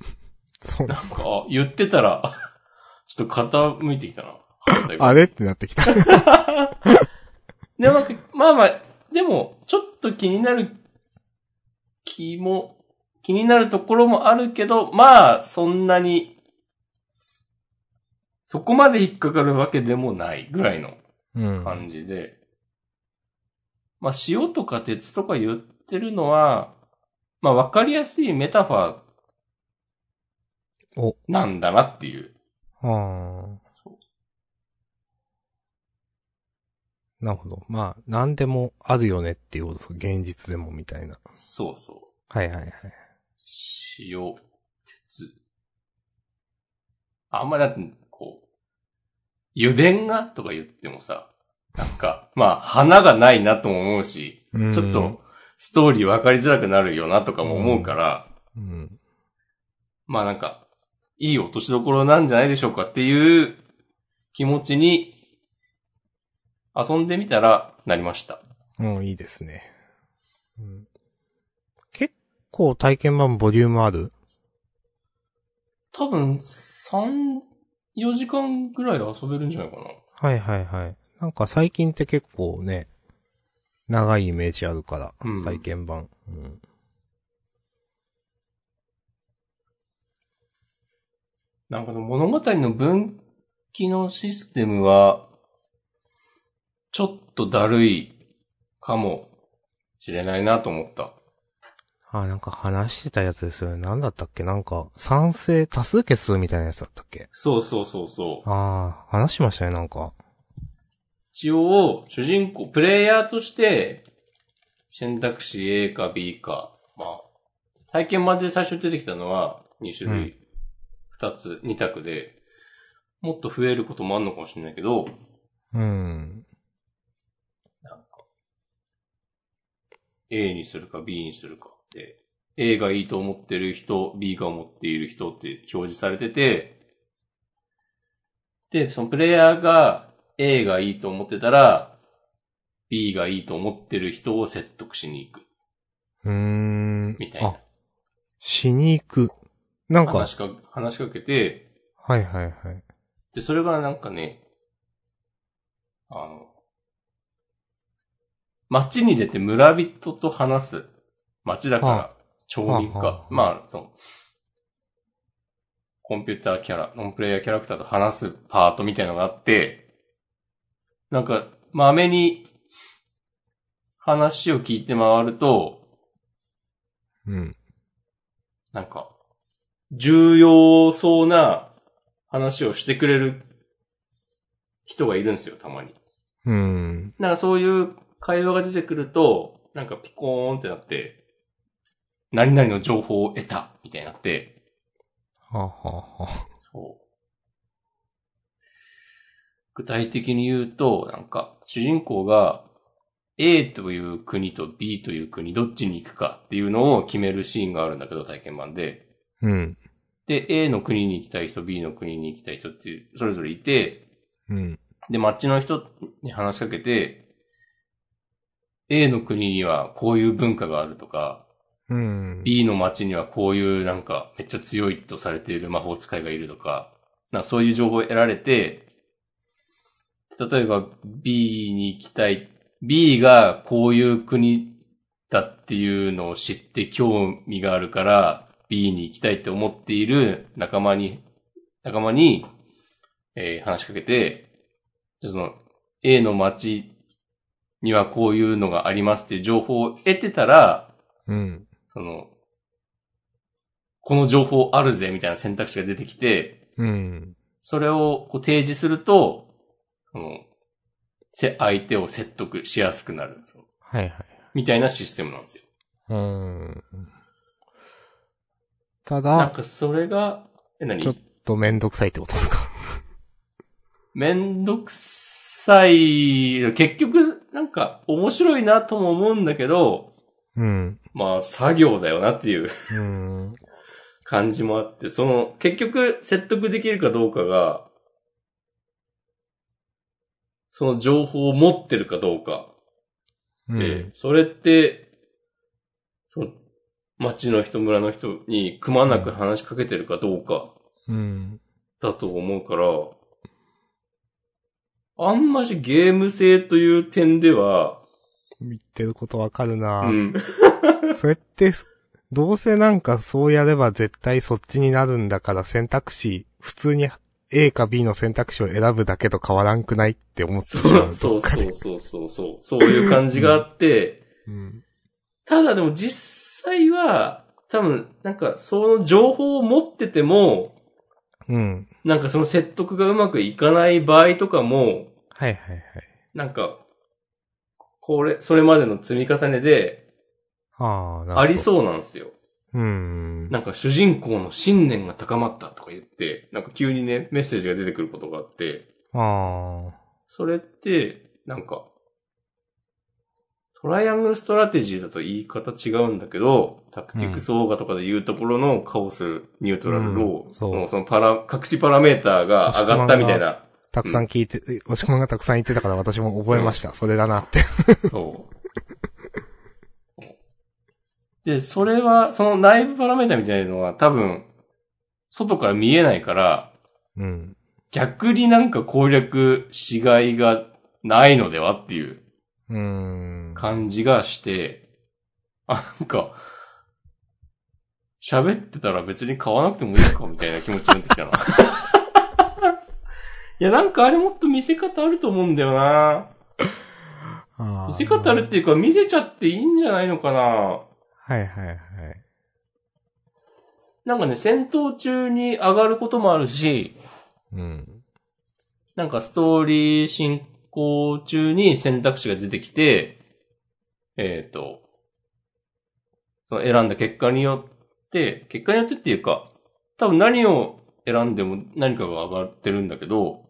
[SPEAKER 2] そう
[SPEAKER 1] なんか、あ言ってたら、 ちょっと傾いてきたな。
[SPEAKER 2] あれってなってきた。
[SPEAKER 1] でもなんか、まあまあ、でも、ちょっと気になる気も、気になるところもあるけど、まあ、そんなに、そこまで引っかかるわけでもないぐらいの
[SPEAKER 2] うん。
[SPEAKER 1] 感じで、まあ、塩とか鉄とか言ってるのは、まあ、わかりやすいメタファー
[SPEAKER 2] お
[SPEAKER 1] なんだなっていう。
[SPEAKER 2] あー
[SPEAKER 1] そ
[SPEAKER 2] なるほど。まあ、何でもあるよねっていうことですか。現実でもみたいな。
[SPEAKER 1] そうそう。
[SPEAKER 2] はいはいはい。
[SPEAKER 1] 塩、鉄。あんまだって、こう、油田がとか言ってもさ、なんか、まあ、花がないなとも思うし、
[SPEAKER 2] うん
[SPEAKER 1] ちょっと、ストーリー分かりづらくなるよなとかも思うから、
[SPEAKER 2] うん。
[SPEAKER 1] まあなんか、いい落としどころなんじゃないでしょうかっていう気持ちに、遊んでみたらなりました。
[SPEAKER 2] うん、いいですね。うん、結構体験版ボリュームある
[SPEAKER 1] 多分、3、4時間ぐらいで遊べるんじゃないかな。
[SPEAKER 2] はいはいはい。なんか最近って結構ね、長いイメージあるから、
[SPEAKER 1] うん
[SPEAKER 2] 体験版。うん。
[SPEAKER 1] なんかの物語の分岐のシステムは、ちょっとだるいかもしれないなと思った。
[SPEAKER 2] あー、なんか話してたやつですよね。なんだったっけなんか、賛成多数決みたいなやつだったっけ
[SPEAKER 1] そうそうそうそう。
[SPEAKER 2] ああ、話しましたね、なんか。
[SPEAKER 1] 一応、主人公、プレイヤーとして、選択肢 A か B か、まあ、体験版で最初に出てきたのは2種類、2つ、2択で、もっと増えることもあるのかもしれないけど、
[SPEAKER 2] うん。
[SPEAKER 1] なんか、A にするか B にするかって、A がいいと思ってる人、B が思っている人って表示されてて、で、そのプレイヤーが A がいいと思ってたら、B がいいと思ってる人を説得しに行く、
[SPEAKER 2] うーん。
[SPEAKER 1] みたいな
[SPEAKER 2] あ、。しに行く。なんか、
[SPEAKER 1] 話しか、話しかけて、
[SPEAKER 2] はいはいはい。
[SPEAKER 1] で、それがなんかね、あの、街に出て村人と話す。街だから
[SPEAKER 2] は、
[SPEAKER 1] 町民
[SPEAKER 2] はあは
[SPEAKER 1] か。
[SPEAKER 2] あ
[SPEAKER 1] まあ、その、コンピューターキャラ、ノンプレイヤーキャラクターと話すパートみたいのがあって、なんか、まめに話を聞いて回ると、
[SPEAKER 2] うん。
[SPEAKER 1] なんか、重要そうな話をしてくれる人がいるんですよ、たまに。
[SPEAKER 2] うん。
[SPEAKER 1] なんかそういう会話が出てくると、なんかピコーンってなって、何々の情報を得た、みたいになって、
[SPEAKER 2] はあ、はあはあ、
[SPEAKER 1] そう。具体的に言うと、なんか、主人公が A という国と B という国、どっちに行くかっていうのを決めるシーンがあるんだけど、体験版で。
[SPEAKER 2] うん。
[SPEAKER 1] で、A の国に行きたい人、B の国に行きたい人っていう、それぞれいて、
[SPEAKER 2] うん。
[SPEAKER 1] で、街の人に話しかけて、A の国にはこういう文化があるとか、
[SPEAKER 2] うん。
[SPEAKER 1] B の街にはこういうなんかめっちゃ強いとされている魔法使いがいるとか、なんかそういう情報を得られて、例えば B に行きたい。B がこういう国だっていうのを知って興味があるから、B に行きたいって思っている仲間に、仲間に、えー話しかけて、じゃあその A の街にはこういうのがありますっていう情報を得てたら、
[SPEAKER 2] うん。
[SPEAKER 1] その、この情報あるぜみたいな選択肢が出てきて、
[SPEAKER 2] うん。
[SPEAKER 1] それをこう提示すると、その、せ、相手を説得しやすくなる。その
[SPEAKER 2] はいはい。
[SPEAKER 1] みたいなシステムなんですよ。
[SPEAKER 2] うん。た
[SPEAKER 1] なん
[SPEAKER 2] だ、
[SPEAKER 1] かそれが、え、何
[SPEAKER 2] ちょっとめんどくさいってことですか。
[SPEAKER 1] めんどくさい。結局、なんか面白いなとも思うんだけど、
[SPEAKER 2] うん。
[SPEAKER 1] まあ作業だよなっていう
[SPEAKER 2] うん。
[SPEAKER 1] 感じもあって、その、結局説得できるかどうかが、その情報を持ってるかどうか。
[SPEAKER 2] うん
[SPEAKER 1] で、それって、その、町の人、村の人にくまなく話しかけてるかどうか
[SPEAKER 2] うん。
[SPEAKER 1] だと思うから、あんましゲーム性という点では、
[SPEAKER 2] 言ってることわかるな
[SPEAKER 1] うん、
[SPEAKER 2] それって、どうせなんかそうやれば絶対そっちになるんだから選択肢、普通に A か B の選択肢を選ぶだけと変わらんくないって思ってしま。
[SPEAKER 1] そううそう
[SPEAKER 2] どっか
[SPEAKER 1] そ
[SPEAKER 2] で
[SPEAKER 1] うそうそうそう、そういう感じがあって、
[SPEAKER 2] うん。
[SPEAKER 1] ただでも実際は、多分、なんか、その情報を持ってても、
[SPEAKER 2] うん。
[SPEAKER 1] なんかその説得がうまくいかない場合とかも、
[SPEAKER 2] はいはいはい。
[SPEAKER 1] なんか、これ、それまでの積み重ねで、
[SPEAKER 2] ああ、なるほど。
[SPEAKER 1] ありそうなんですよ。
[SPEAKER 2] う。うん。
[SPEAKER 1] なんか主人公の信念が高まったとか言って、なんか急にね、メッセージが出てくることがあって、
[SPEAKER 2] あ
[SPEAKER 1] それって、なんか、トライアングルストラテジーだと言い方違うんだけど、タクティクスオーガとかで言うところのカオス、ニュートラルロー、
[SPEAKER 2] うんそう
[SPEAKER 1] のそのパラ、各種パラメーターが上がったみたいな、
[SPEAKER 2] あ、たくさん聞いて、え押し込まんがたくさん言ってたから私も覚えました。それだなって。
[SPEAKER 1] そう。で、それは、その内部パラメータみたいなのは多分、外から見えないから、
[SPEAKER 2] うん。
[SPEAKER 1] 逆になんか攻略しがいがないのではっていう
[SPEAKER 2] うん。
[SPEAKER 1] 感じがして、あ、なんか、喋ってたら別に買わなくてもいいかみたいな気持ちになってきたな。いや、なんかあれもっと見せ方あると思うんだよな。
[SPEAKER 2] あー
[SPEAKER 1] 見せ方あるっていうか見せちゃっていいんじゃないのかな。
[SPEAKER 2] はいはいはい。
[SPEAKER 1] なんかね、戦闘中に上がることもあるし、
[SPEAKER 2] うん。
[SPEAKER 1] なんかストーリー進行中に選択肢が出てきて、えっ、と、その選んだ結果によって、結果によってっていうか、多分何を選んでも何かが上がってるんだけど、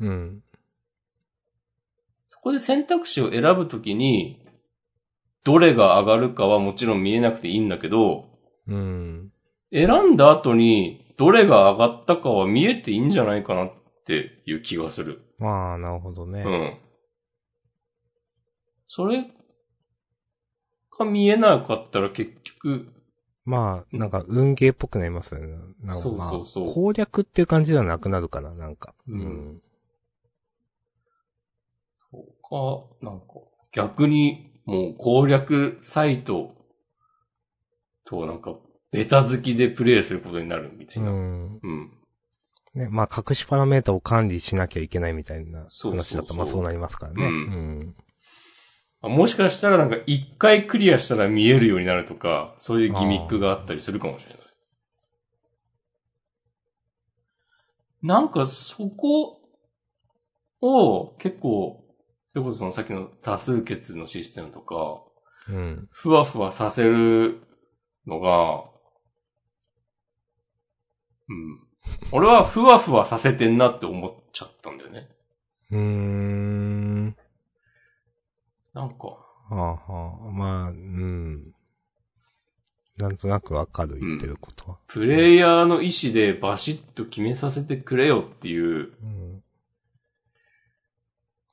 [SPEAKER 2] うん。
[SPEAKER 1] そこで選択肢を選ぶときに、どれが上がるかはもちろん見えなくていいんだけど、
[SPEAKER 2] うん。
[SPEAKER 1] 選んだ後にどれが上がったかは見えていいんじゃないかなっていう気がする。
[SPEAKER 2] まあ、なるほどね。
[SPEAKER 1] うん。それが見えなかったら結局、
[SPEAKER 2] まあ、なんか、運ゲーっぽくなりますよね。なんか
[SPEAKER 1] そう
[SPEAKER 2] まあ
[SPEAKER 1] そうそう
[SPEAKER 2] 攻略っていう感じではなくなるかな、なんか。
[SPEAKER 1] うん。そうか、なんか、逆にもう攻略サイトとなんか、ベタ好きでプレイすることになるみた
[SPEAKER 2] う
[SPEAKER 1] いな。うん。
[SPEAKER 2] ん。ね、まあ、隠しパラメータを管理しなきゃいけないみたいな
[SPEAKER 1] そうそうそ
[SPEAKER 2] 話
[SPEAKER 1] う
[SPEAKER 2] だったら、まあそうなりますからね。
[SPEAKER 1] うん
[SPEAKER 2] ん。
[SPEAKER 1] あもしかしたらなんか一回クリアしたら見えるようになるとか、そういうギミックがあったりするかもしれない。なんかそこを結構、それこそそのさっきの多数決のシステムとか、
[SPEAKER 2] うん。
[SPEAKER 1] ふわふわさせるのが、うん。俺はふわふわさせてんなって思っちゃったんだよね。
[SPEAKER 2] うーん。
[SPEAKER 1] なんか、
[SPEAKER 2] はあ、はあ、まあ、うん。なんとなくわかる、言ってることは。
[SPEAKER 1] プレイヤーの意思でバシッと決めさせてくれよっていう、
[SPEAKER 2] うん。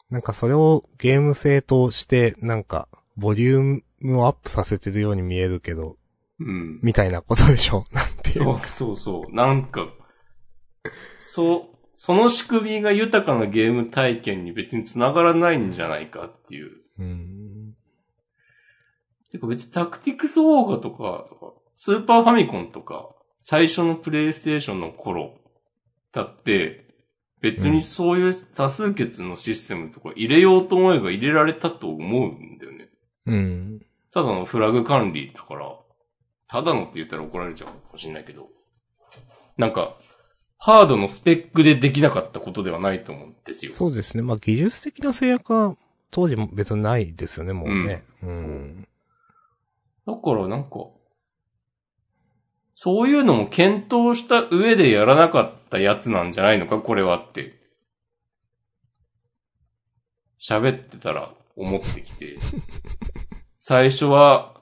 [SPEAKER 2] なんかそれをゲーム性として、なんか、ボリュームをアップさせてるように見えるけど、
[SPEAKER 1] うん。
[SPEAKER 2] みたいなことでしょなんていう
[SPEAKER 1] そうそうそう。なんか、そう、その仕組みが豊かなゲーム体験に別に繋がらないんじゃないかっていう。
[SPEAKER 2] うん。
[SPEAKER 1] てか別にタクティクスウォーガとか、スーパーファミコンとか、最初のプレイステーションの頃だって、別にそういう多数決のシステムとか入れようと思えば入れられたと思うんだよね。
[SPEAKER 2] うん。
[SPEAKER 1] ただのフラグ管理だから、ただのって言ったら怒られちゃうかもしれないけど、なんか、ハードのスペックでできなかったことではないと思うんですよ。
[SPEAKER 2] そうですね。まあ、技術的な制約は当時も別にないですよね、もうね。うん。
[SPEAKER 1] だからなんか、そういうのも検討した上でやらなかったやつなんじゃないのか、これはって。喋ってたら思ってき て。最初は、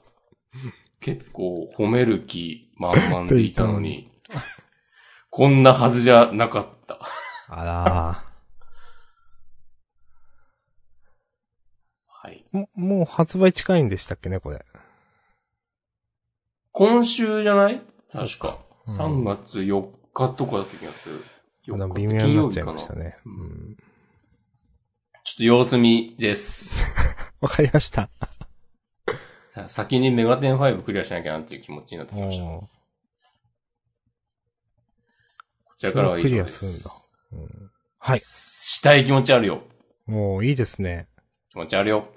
[SPEAKER 1] 結構褒める気満々でいたの に、こんなはずじゃなかった。
[SPEAKER 2] あら
[SPEAKER 1] はい。
[SPEAKER 2] ーも、もう発売近いんでしたっけね、これ。
[SPEAKER 1] 今週じゃない確か。
[SPEAKER 2] うん
[SPEAKER 1] 3月4日とかだった気がする。
[SPEAKER 2] まだ
[SPEAKER 1] 4日
[SPEAKER 2] 微妙になっちゃいましたね。う。
[SPEAKER 1] 金曜日かなんちょっと様子見です。
[SPEAKER 2] わかりました。
[SPEAKER 1] さ先にメガテン5クリアしなきゃなっていう気持ちになってきました。こ
[SPEAKER 2] おー
[SPEAKER 1] ちらからは以上
[SPEAKER 2] それを
[SPEAKER 1] で
[SPEAKER 2] クリア
[SPEAKER 1] す。
[SPEAKER 2] するんだはい。
[SPEAKER 1] したい気持ちあるよ。
[SPEAKER 2] もういいですね。
[SPEAKER 1] 気持ちあるよ。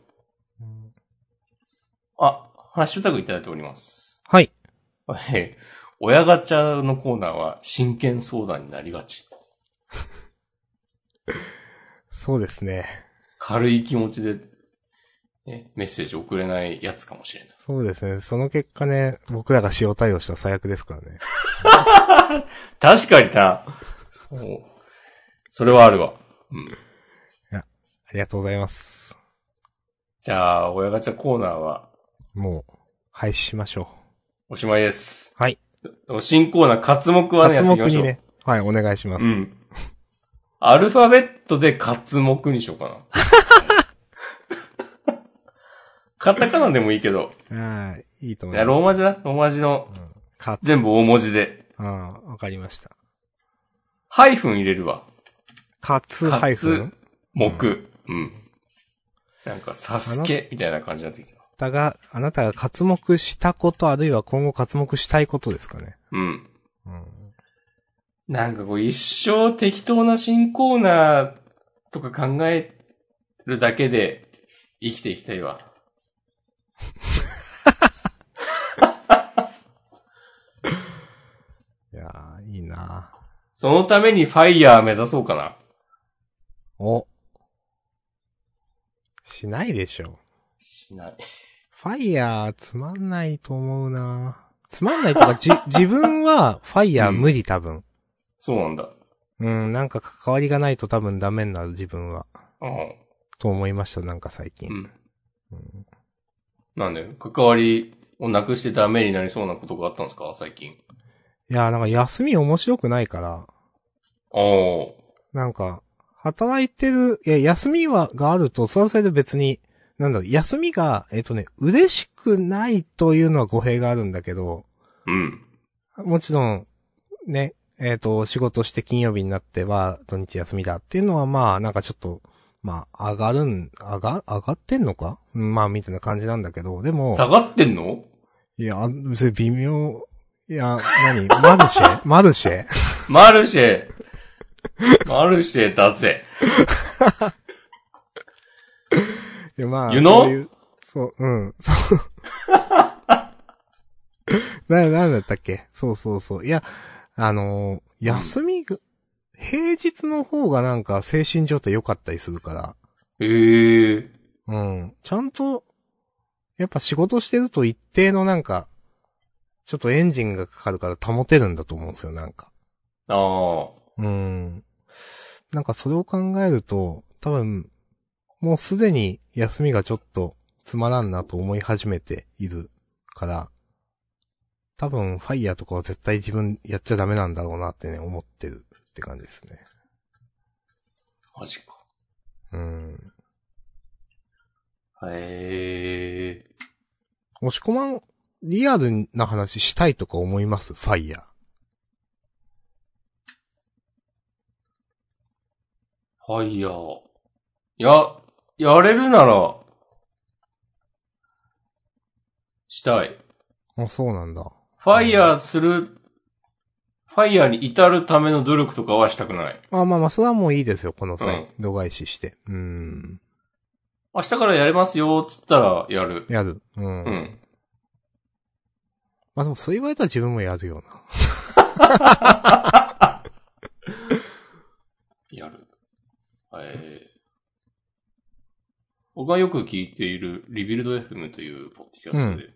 [SPEAKER 1] あ、ハッシュタグいただいております。
[SPEAKER 2] はい。
[SPEAKER 1] はい親ガチャのコーナーは真剣相談になりがち。
[SPEAKER 2] そうですね。
[SPEAKER 1] 軽い気持ちで、ね、メッセージ送れないやつかもしれない。
[SPEAKER 2] そうですね。その結果ね、僕らが使用対応したら最悪ですからね。
[SPEAKER 1] 確かにな。そうそれはあるわ。うん。
[SPEAKER 2] ありがとうございます。
[SPEAKER 1] じゃあ、親ガチャコーナーは
[SPEAKER 2] もう、廃止しましょ
[SPEAKER 1] おしまいです。
[SPEAKER 2] はい。
[SPEAKER 1] 新コーナー、活目
[SPEAKER 2] う。
[SPEAKER 1] はね、やっていき
[SPEAKER 2] 目
[SPEAKER 1] ましょ
[SPEAKER 2] に
[SPEAKER 1] う。
[SPEAKER 2] ね。はい、お願いします。
[SPEAKER 1] うん。アルファベットで活目にしようか な。カタカナでもいいけど。
[SPEAKER 2] ああ、いいと
[SPEAKER 1] い
[SPEAKER 2] 思いま
[SPEAKER 1] や、
[SPEAKER 2] す。
[SPEAKER 1] ローマ字だ。ローマ字の
[SPEAKER 2] か
[SPEAKER 1] 全部大文字で。
[SPEAKER 2] ああ、わかりました。
[SPEAKER 1] ハイフン入れるわ。
[SPEAKER 2] かつ、ハイフン。
[SPEAKER 1] 目。うん。なんか、サスケみたいな感じになってきた。
[SPEAKER 2] だが、あなたが活目したこと、あるいは今後活目したいことですかね。
[SPEAKER 1] うん。
[SPEAKER 2] うん。
[SPEAKER 1] なんかこう、一生適当な新コーナーとか考えるだけで生きていきたいわ。
[SPEAKER 2] いやーいいな
[SPEAKER 1] そのためにファイヤー目指そうかな。
[SPEAKER 2] お。しないでしょ。
[SPEAKER 1] しない。
[SPEAKER 2] ファイヤーつまんないと思うなつまんないと か、じ、自分はファイヤー無理多分。
[SPEAKER 1] そうなんだ。
[SPEAKER 2] うん、なんか関わりがないと多分ダメになる自分は。
[SPEAKER 1] うん。
[SPEAKER 2] と思いました、なんか最近。
[SPEAKER 1] うん。なんで、関わりをなくしてダメになりそうなことがあったんですか最近。
[SPEAKER 2] いやー、なんか休み面白くないから、
[SPEAKER 1] ああ。
[SPEAKER 2] なんか、働いてる、いや、休みは、があると、それはそれで別に、なんだろう、休みが、えっとね、嬉しくないというのは語弊があるんだけど、
[SPEAKER 1] うん。
[SPEAKER 2] もちろん、ね、えっ、と、仕事して金曜日になっては、土日休みだっていうのは、まあ、なんかちょっと、まあ、上がるん、上が、上がってんのかうんまあ、みたいな感じなんだけど、でも、
[SPEAKER 1] 下がってんの
[SPEAKER 2] いや、別に微妙、いや、何マルシェマルシェ
[SPEAKER 1] マルシェ。マルシェだぜ。
[SPEAKER 2] いや、まあ、
[SPEAKER 1] You know？
[SPEAKER 2] そういう、そう、うん、 そう。な、なんだったっけそうそうそう。いや、あのー休みが、平日の方がなんか精神状態良かったりするから、
[SPEAKER 1] へえ。
[SPEAKER 2] うん。ちゃんと、やっぱ仕事してると一定のなんか、ちょっとエンジンがかかるから保てるんだと思うんですよ、なんか。
[SPEAKER 1] ああ。
[SPEAKER 2] うん。なんかそれを考えると、多分、もうすでに休みがちょっとつまらんなと思い始めているから、多分、ファイヤーとかは絶対自分やっちゃダメなんだろうなってね、思ってるって感じですね。
[SPEAKER 1] マジか。
[SPEAKER 2] うん。
[SPEAKER 1] へえ。
[SPEAKER 2] 押し込まん、リアルな話したいとか思いますファイヤー。
[SPEAKER 1] はいや。や、やれるなら、したい。
[SPEAKER 2] あ、そうなんだ。
[SPEAKER 1] ファイヤーする、ファイヤーに至るための努力とかはしたくない。
[SPEAKER 2] まあまあまあ、それはもういいですよ、この際。度外視して。うん。
[SPEAKER 1] 明日からやれますよ、つったらやる。
[SPEAKER 2] やる。うん。
[SPEAKER 1] うん。
[SPEAKER 2] まあでも、そう言われたら自分もやるよな。
[SPEAKER 1] やる。えー、僕がよく聞いているリビルド FM というポッドキャストで、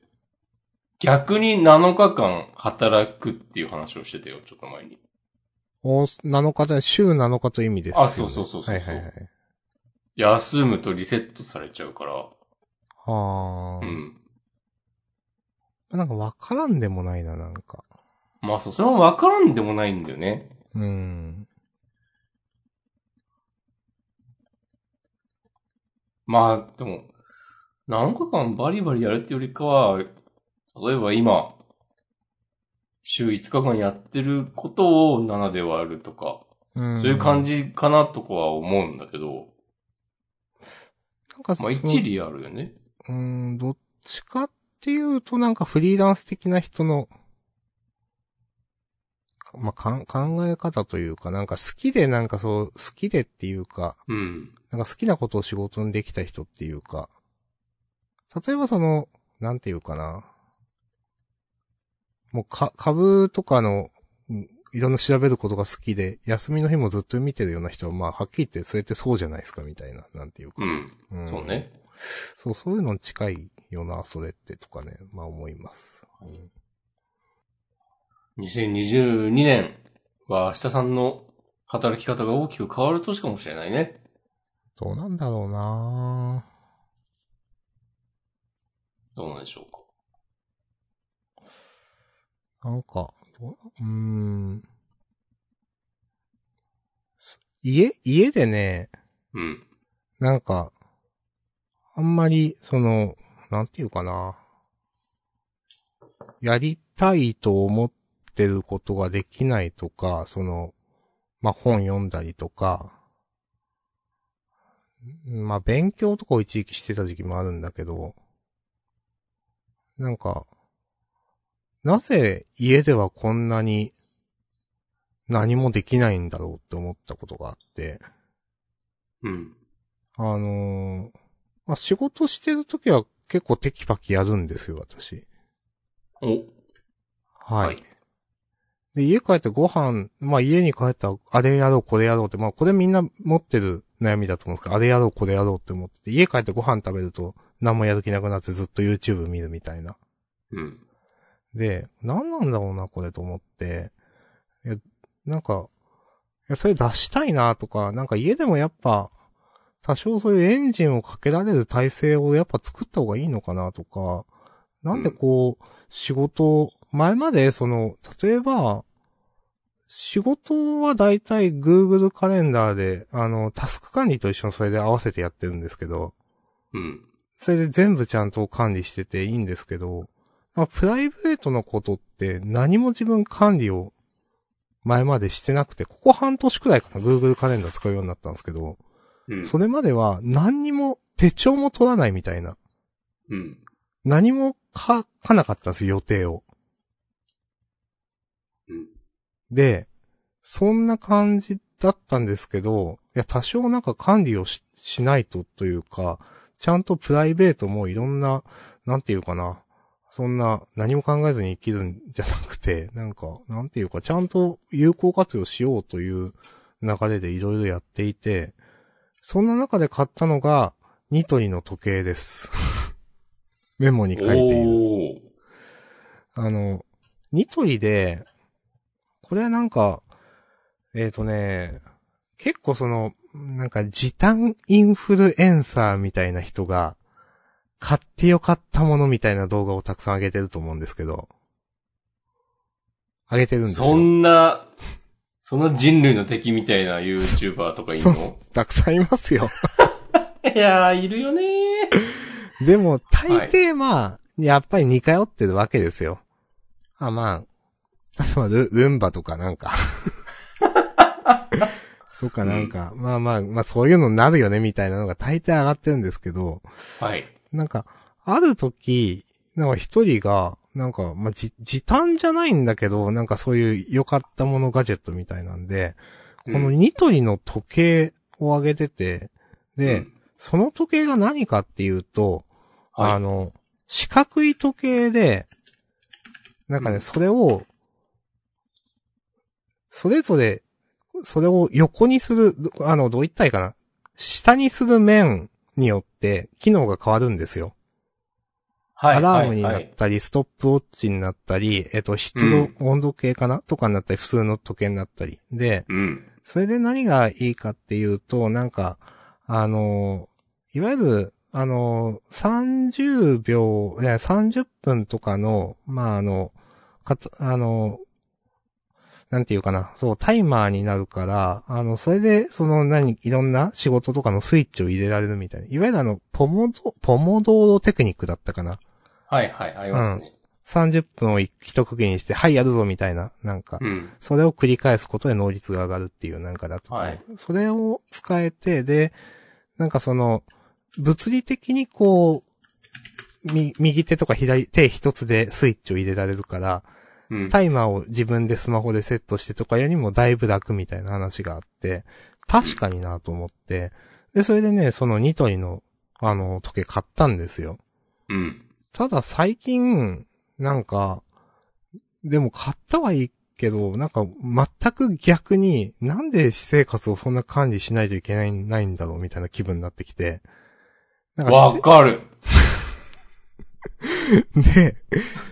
[SPEAKER 1] 逆に7日間働くっていう話をしてたよ、ちょっと前に。
[SPEAKER 2] お、7日で、週7日という意味ですよ、ね。
[SPEAKER 1] あそうそうそうそうそう
[SPEAKER 2] はいはいはい。
[SPEAKER 1] 休むとリセットされちゃうから、
[SPEAKER 2] はあ
[SPEAKER 1] う、ん。
[SPEAKER 2] なんかわからんでもないな、なんか。
[SPEAKER 1] まあそう、それもわからんでもないんだよね。
[SPEAKER 2] うん。
[SPEAKER 1] まあ、でも、何日間バリバリやるってよりかは、例えば今、週5日間やってることを7で割るとか、
[SPEAKER 2] うん。
[SPEAKER 1] そういう感。じかなとかは思うんだけど、
[SPEAKER 2] なんかそ
[SPEAKER 1] まあ
[SPEAKER 2] の
[SPEAKER 1] 一理あるよね。
[SPEAKER 2] うん、どっちかっていうとなんかフリーランス的な人の、まあ、かん考え方というか、なんか好きでなんかそう、好きでっていうか、
[SPEAKER 1] うん。
[SPEAKER 2] なんか好きなことを仕事にできた人っていうか、例えばその、なんていうかな。もうか、株とかの、うんいろんな調べることが好きで、休みの日もずっと見てるような人は、まあ、はっきり言って、それってそうじゃないですか、みたいな、なんていうか。
[SPEAKER 1] うん。
[SPEAKER 2] うん
[SPEAKER 1] そうね。
[SPEAKER 2] そう、そういうのに近いよな、それってとかね、まあ思います。
[SPEAKER 1] 2022年は明日さんの働き方が大きく変わる年かもしれないね。
[SPEAKER 2] どうなんだろうな
[SPEAKER 1] どうなんでしょうか。
[SPEAKER 2] なんか、どううーん。す家、家でね、
[SPEAKER 1] うん。
[SPEAKER 2] なんか、あんまり、その、なんていうかな。やりたいと思ってることができないとか、その、まあ、本読んだりとか、まあ、勉強とかを一時期してた時期もあるんだけど、なんか、なぜ家ではこんなに何もできないんだろうって思ったことがあって、
[SPEAKER 1] うん。
[SPEAKER 2] あのーまあ、仕事してるときは結構テキパキやるんですよ、私。
[SPEAKER 1] お。
[SPEAKER 2] はい。。で、家帰ってご飯、まあ、家に帰ったら、あれやろう、これやろうって、まあ、これみんな持ってる悩みだと思うんですけど、あれやろう、これやろうって思ってて、家帰ってご飯食べると、何もやる気なくなってずっと YouTube 見るみたいな。
[SPEAKER 1] うん。
[SPEAKER 2] で、何なんだろうな、これと思って。いや、なんか、いや、それ出したいなとか、なんか家でもやっぱ、多少そういうエンジンをかけられる体制をやっぱ作った方がいいのかなとか、なんでこう、仕事を、前までその、例えば、仕事はだいたい Google カレンダーで、あの、タスク管理と一緒にそれで合わせてやってるんですけど、
[SPEAKER 1] うん。
[SPEAKER 2] それで全部ちゃんと管理してていいんですけど、まあプライベートのことって何も自分管理を前までしてなくて、ここ半年くらいかな、Google カレンダー使うようになったんですけど、
[SPEAKER 1] うん。
[SPEAKER 2] それまでは何にも手帳も取らないみたいな。
[SPEAKER 1] うん。
[SPEAKER 2] 何も書かなかったんですよ、予定を
[SPEAKER 1] うん。
[SPEAKER 2] で、そんな感じだったんですけど、いや、多少なんか管理をししないとというか、ちゃんとプライベートもいろんな、なんていうかな、そんな何も考えずに生きるんじゃなくて、なんか、なんていうか、ちゃんと有効活用しようという流れでいろいろやっていて、そんな中で買ったのが、ニトリの時計です。 メモに書いている。
[SPEAKER 1] おー。
[SPEAKER 2] あの、ニトリで、これはなんか、えっ、とね、結構その、なんか時短インフルエンサーみたいな人が、買ってよかったものみたいな動画をたくさん上げてると思うんですけど、上げてるんですよ。
[SPEAKER 1] そんな、そんな人類の敵みたいな YouTuber とかいるの
[SPEAKER 2] たくさんいますよ。
[SPEAKER 1] いやー、いるよねー。
[SPEAKER 2] でも、大抵まあ、やっぱり似通ってるわけですよ。あ、まあ、例えばルルンバとかなんか。とかなんか、まあまあ、まあそういうのになるよねみたいなのが大体上がってるんですけど、
[SPEAKER 1] はい。
[SPEAKER 2] なんか、ある時、なんか一人が、なんか、まあ、じ、時短じゃないんだけど、なんかそういう良かったものガジェットみたいなんで、このニトリの時計をあげてて、で、
[SPEAKER 1] うん
[SPEAKER 2] その時計が何かっていうと、
[SPEAKER 1] はい
[SPEAKER 2] あの、四角い時計で、なんか
[SPEAKER 1] う
[SPEAKER 2] ね、
[SPEAKER 1] ん
[SPEAKER 2] それを、それぞれ、それを横にする、どあの、どう言ったらいいかな。下にする面によって、機能が変わるんですよ。
[SPEAKER 1] はい。
[SPEAKER 2] アラームに
[SPEAKER 1] はい
[SPEAKER 2] な
[SPEAKER 1] は
[SPEAKER 2] っ
[SPEAKER 1] い
[SPEAKER 2] たり、ストップウォッチになったり、えっと、湿度、温度計かなとかになったり、普通の時計になったり。で、
[SPEAKER 1] うん。
[SPEAKER 2] それで何がいいかっていうと、なんか、あの、いわゆる、あの、30秒、いや30分とかの、まあ、あの、かた、あの、なんていうかな、そう、タイマーになるから、あの、それで、その、何、いろんな仕事とかのスイッチを入れられるみたいな。いわゆるあの、ポモド、ポモドーロテクニックだったかな。
[SPEAKER 1] はいはい、ありますね。
[SPEAKER 2] 30分を一一区切りにして、はい、やるぞ、みたいな、なんか。
[SPEAKER 1] うん。
[SPEAKER 2] それを繰り返すことで能率が上がるっていうなんかだったと思う
[SPEAKER 1] はい
[SPEAKER 2] それを使えて、で、なんかその、物理的にこう、み、右手とか左手一つでスイッチを入れられるから、
[SPEAKER 1] うん。
[SPEAKER 2] タイマーを自分でスマホでセットしてとかよりもだいぶ楽みたいな話があって、確かになと思って、で、それでね、そのニトリの、あの、時計買ったんですよ。
[SPEAKER 1] うん。
[SPEAKER 2] ただ最近、なんか、でも買ったはいいけど、なんか全く逆に、なんで私生活をそんな管理しないといけないないんだろうみたいな気分になってきて。なんか
[SPEAKER 1] わかる。
[SPEAKER 2] 私生 で、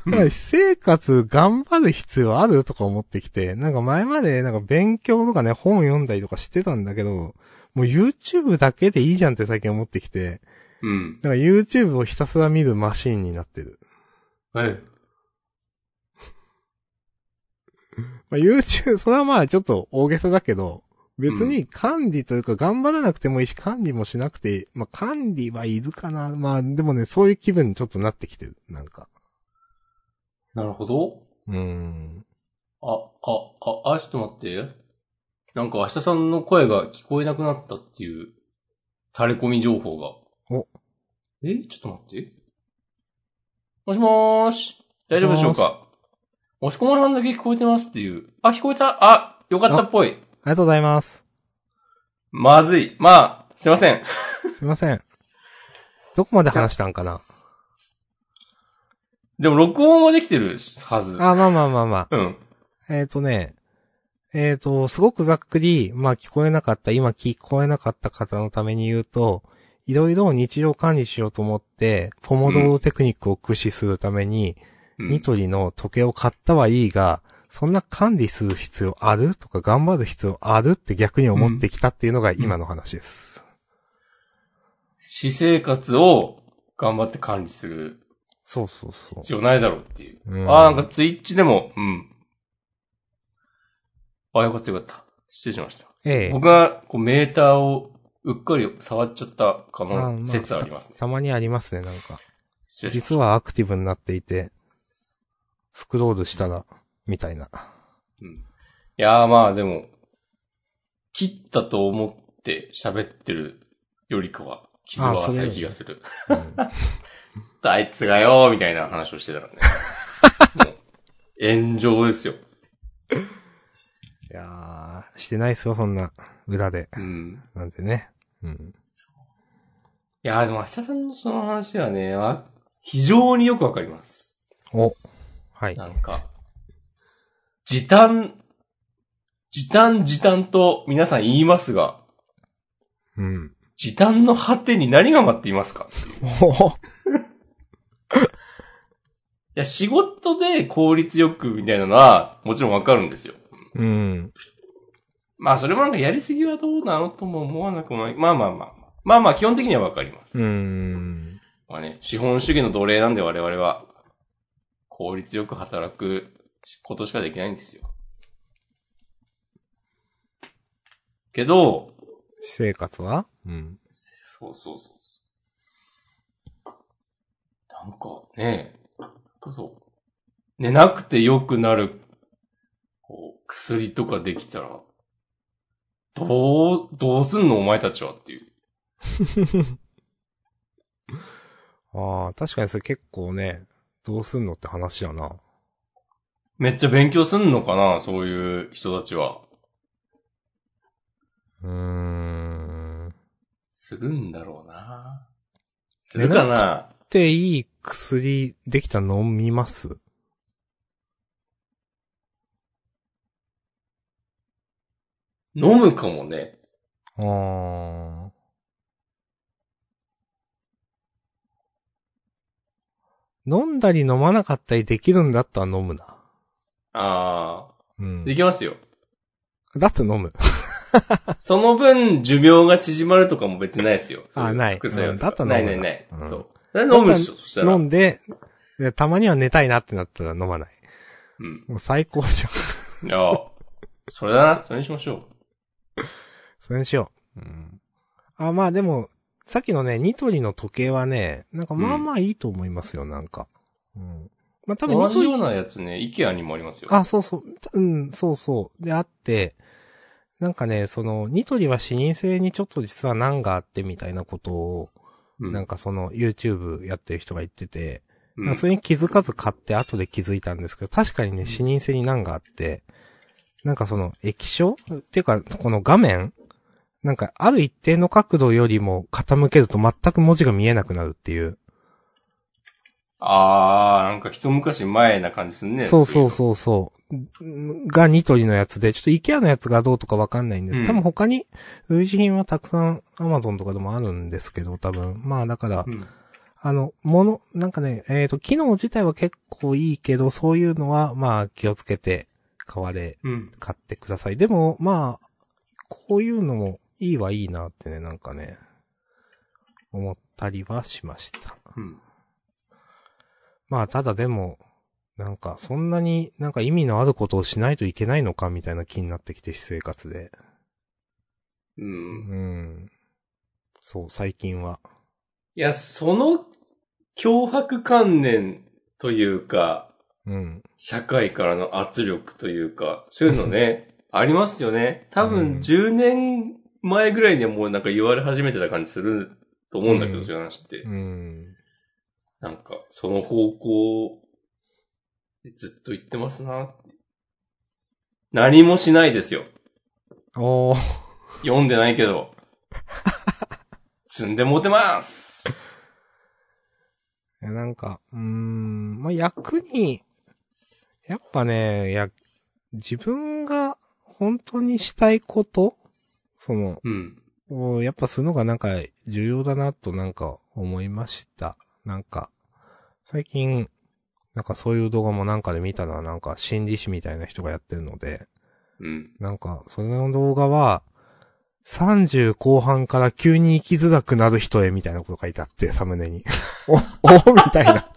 [SPEAKER 2] なんか私生活頑張る必要あるとか思ってきて、なんか前までなんか勉強とかね、本読んだりとかしてたんだけど、もう YouTube だけでいいじゃんって最近思ってきて、
[SPEAKER 1] うん。
[SPEAKER 2] なんか YouTube をひたすら見るマシーンになってる。
[SPEAKER 1] はい。
[SPEAKER 2] まあ、YouTube、それはまあちょっと大げさだけど、別に管理というか頑張らなくてもいいし、管理もしなくていい。まあ管理はいるかな。まあでもね、そういう気分にちょっとなってきてる。なんか。
[SPEAKER 1] なるほど。
[SPEAKER 2] うーん。
[SPEAKER 1] あ、あ、あ、あ、ちょっと待って。なんか明日さんの声が聞こえなくなったっていう、垂れ込み情報が。
[SPEAKER 2] お。
[SPEAKER 1] えちょっと待って。もしもーし。大丈夫でしょうか押し込まさんだけ聞こえてますっていう。あ、聞こえたあ、よかったっぽい。
[SPEAKER 2] ありがとうございます。
[SPEAKER 1] まずい。まあ、すいません。
[SPEAKER 2] すいません。どこまで話したんかな
[SPEAKER 1] でも録音はできてるはず。
[SPEAKER 2] あ、まあまあまあま
[SPEAKER 1] うん。
[SPEAKER 2] あ。えっ、とね、えっ、と、すごくざっくり、まあ聞こえなかった、今聞こえなかった方のために言うと、いろいろ日常管理しようと思って、ポモドーロテクニックを駆使するために、
[SPEAKER 1] うん
[SPEAKER 2] ニトリの時計を買ったはいいが、そんな管理する必要あるとか頑張る必要あるって逆に思ってきたっていうのが今の話です。
[SPEAKER 1] 私生活を頑張って管理する
[SPEAKER 2] そうそうそう。
[SPEAKER 1] 必要ないだろうっていう。
[SPEAKER 2] うん
[SPEAKER 1] ああ、なんかツイッチでも、うん。あ、よかったよかった。失礼しました。
[SPEAKER 2] ええ
[SPEAKER 1] 僕がこうメーターをうっかり触っちゃったか
[SPEAKER 2] あま
[SPEAKER 1] も
[SPEAKER 2] あ
[SPEAKER 1] 説ありますね。
[SPEAKER 2] たまにありますね、なんか。
[SPEAKER 1] 失礼しました。
[SPEAKER 2] 実はアクティブになっていて、スクロールしたら、みたいな。
[SPEAKER 1] うん、いやーまあでも、切ったと思って喋ってるよりかは、傷は
[SPEAKER 2] あそれ
[SPEAKER 1] 浅
[SPEAKER 2] より
[SPEAKER 1] い気がする。
[SPEAKER 2] うん
[SPEAKER 1] あいつがよーみたいな話をして たからね。もう炎上ですよ。
[SPEAKER 2] いやー、してないっすよ、そんな、裏で。
[SPEAKER 1] うん。
[SPEAKER 2] なんてね。うん。
[SPEAKER 1] いやーでも明日さんのその話はね、わ非常によくわかります。
[SPEAKER 2] お。はい。
[SPEAKER 1] なんか、時短、時短時短と皆さん言いますが、
[SPEAKER 2] うん。
[SPEAKER 1] 時短の果てに何が待っていますか
[SPEAKER 2] お
[SPEAKER 1] いや、仕事で効率よくみたいなのは、もちろんわかるんですよ。
[SPEAKER 2] うん。
[SPEAKER 1] まあ、それもなんかやりすぎはどうなのとも思わなくもない。まあまあまあ。まあまあ、基本的にはわかります。
[SPEAKER 2] うん。
[SPEAKER 1] まあね、資本主義の奴隷なんで我々は、効率よく働くことしかできないんですよ。けど、
[SPEAKER 2] 私生活はうん。
[SPEAKER 1] そうそうそうそう。なんかね、そう。寝なくて良くなる、こう、薬とかできたら、どう、どうすんのお前たちはっていう。
[SPEAKER 2] ああ、確かにそれ結構ね、どうすんのって話やな。
[SPEAKER 1] めっちゃ勉強すんのかなそういう人たちは。
[SPEAKER 2] うーん。
[SPEAKER 1] するんだろうな。するかな
[SPEAKER 2] っていい薬できたの飲みます
[SPEAKER 1] 飲むかもね。
[SPEAKER 2] あー飲んだり飲まなかったりできるんだったら飲むな。
[SPEAKER 1] ああ。
[SPEAKER 2] うん
[SPEAKER 1] で。きますよ。
[SPEAKER 2] だって飲む。
[SPEAKER 1] その分、寿命が縮まるとかも別にないですよ。
[SPEAKER 2] あない
[SPEAKER 1] 副作用とか
[SPEAKER 2] うんだったら
[SPEAKER 1] な
[SPEAKER 2] 飲
[SPEAKER 1] い
[SPEAKER 2] む
[SPEAKER 1] な
[SPEAKER 2] ない
[SPEAKER 1] ない。
[SPEAKER 2] うん
[SPEAKER 1] そう。それ飲むでしょ、そしたら。
[SPEAKER 2] 飲んで、でたまには寝たいなってなったら飲まない。
[SPEAKER 1] うん。
[SPEAKER 2] もう最高じゃん。
[SPEAKER 1] いや、それだな。それにしましょ
[SPEAKER 2] それにしよう。うん。あ、まあでも、さっきのね、ニトリの時計はね、なんかまあまあいいと思いますよ、なんか。うん。まあ多
[SPEAKER 1] う。
[SPEAKER 2] 分
[SPEAKER 1] 同
[SPEAKER 2] ニ
[SPEAKER 1] じ
[SPEAKER 2] トリ
[SPEAKER 1] ようなやつね、イケアにもありますよ。
[SPEAKER 2] あ、そうそう。たうん、そうそう。で、あって、なんかね、その、ニトリは視認性にちょっと実は難があってみたいなことを、
[SPEAKER 1] うん、
[SPEAKER 2] なんかその、YouTube やってる人が言ってて、
[SPEAKER 1] うん、
[SPEAKER 2] それに気づかず買って後で気づいたんですけど、確かにね、視認性に難があって、なんかその、液晶っていうか、この画面なんか、ある一定の角度よりも傾けると全く文字が見えなくなるっていう。
[SPEAKER 1] あー、なんか一昔前な感じすんね。
[SPEAKER 2] そうそうそうそう。んがニトリのやつで、ちょっと IKEA のやつがどうとかわかんないんです。
[SPEAKER 1] うん
[SPEAKER 2] 多分他に、類似品はたくさん Amazon とかでもあるんですけど、多分。まあだから
[SPEAKER 1] う、ん。
[SPEAKER 2] あの、もの、なんかね、えっ、と、機能自体は結構いいけど、そういうのは、まあ気をつけて、買われ、
[SPEAKER 1] うん。
[SPEAKER 2] 買ってください。でも、まあ、こういうのもいいはいいなってね、なんかね、思ったりはしました。
[SPEAKER 1] うん。
[SPEAKER 2] まあ、ただでも、なんか、そんなになんか意味のあることをしないといけないのかみたいな気になってきて、私生活で。
[SPEAKER 1] う。
[SPEAKER 2] うんん。そう、最近は。
[SPEAKER 1] いや、その、脅迫観念というか、
[SPEAKER 2] うん。
[SPEAKER 1] 社会からの圧力というか、そういうのね、ありますよね。多
[SPEAKER 2] う
[SPEAKER 1] 分
[SPEAKER 2] ん
[SPEAKER 1] 10年前ぐらいにはもうなんか言われ始めてた感じすると思うんだけど、
[SPEAKER 2] うん
[SPEAKER 1] そういう話って。
[SPEAKER 2] うん。
[SPEAKER 1] なんか、その方向でずっと言ってますな。何もしないですよ。
[SPEAKER 2] おー。
[SPEAKER 1] 読んでないけど。積んで持てます
[SPEAKER 2] いやなんか、うーん、まあ、役に、やっぱね、や、自分が本当にしたいことその、
[SPEAKER 1] うん。
[SPEAKER 2] をやっぱするのがなんか重要だなとなんか思いました。なんか、最近、なんかそういう動画もなんかで見たのはなんか心理師みたいな人がやってるので、
[SPEAKER 1] うん。
[SPEAKER 2] なんかその動画は、30後半から急に生きづらくなる人へみたいなこと書いてあって、サムネに。 お、おみたいな。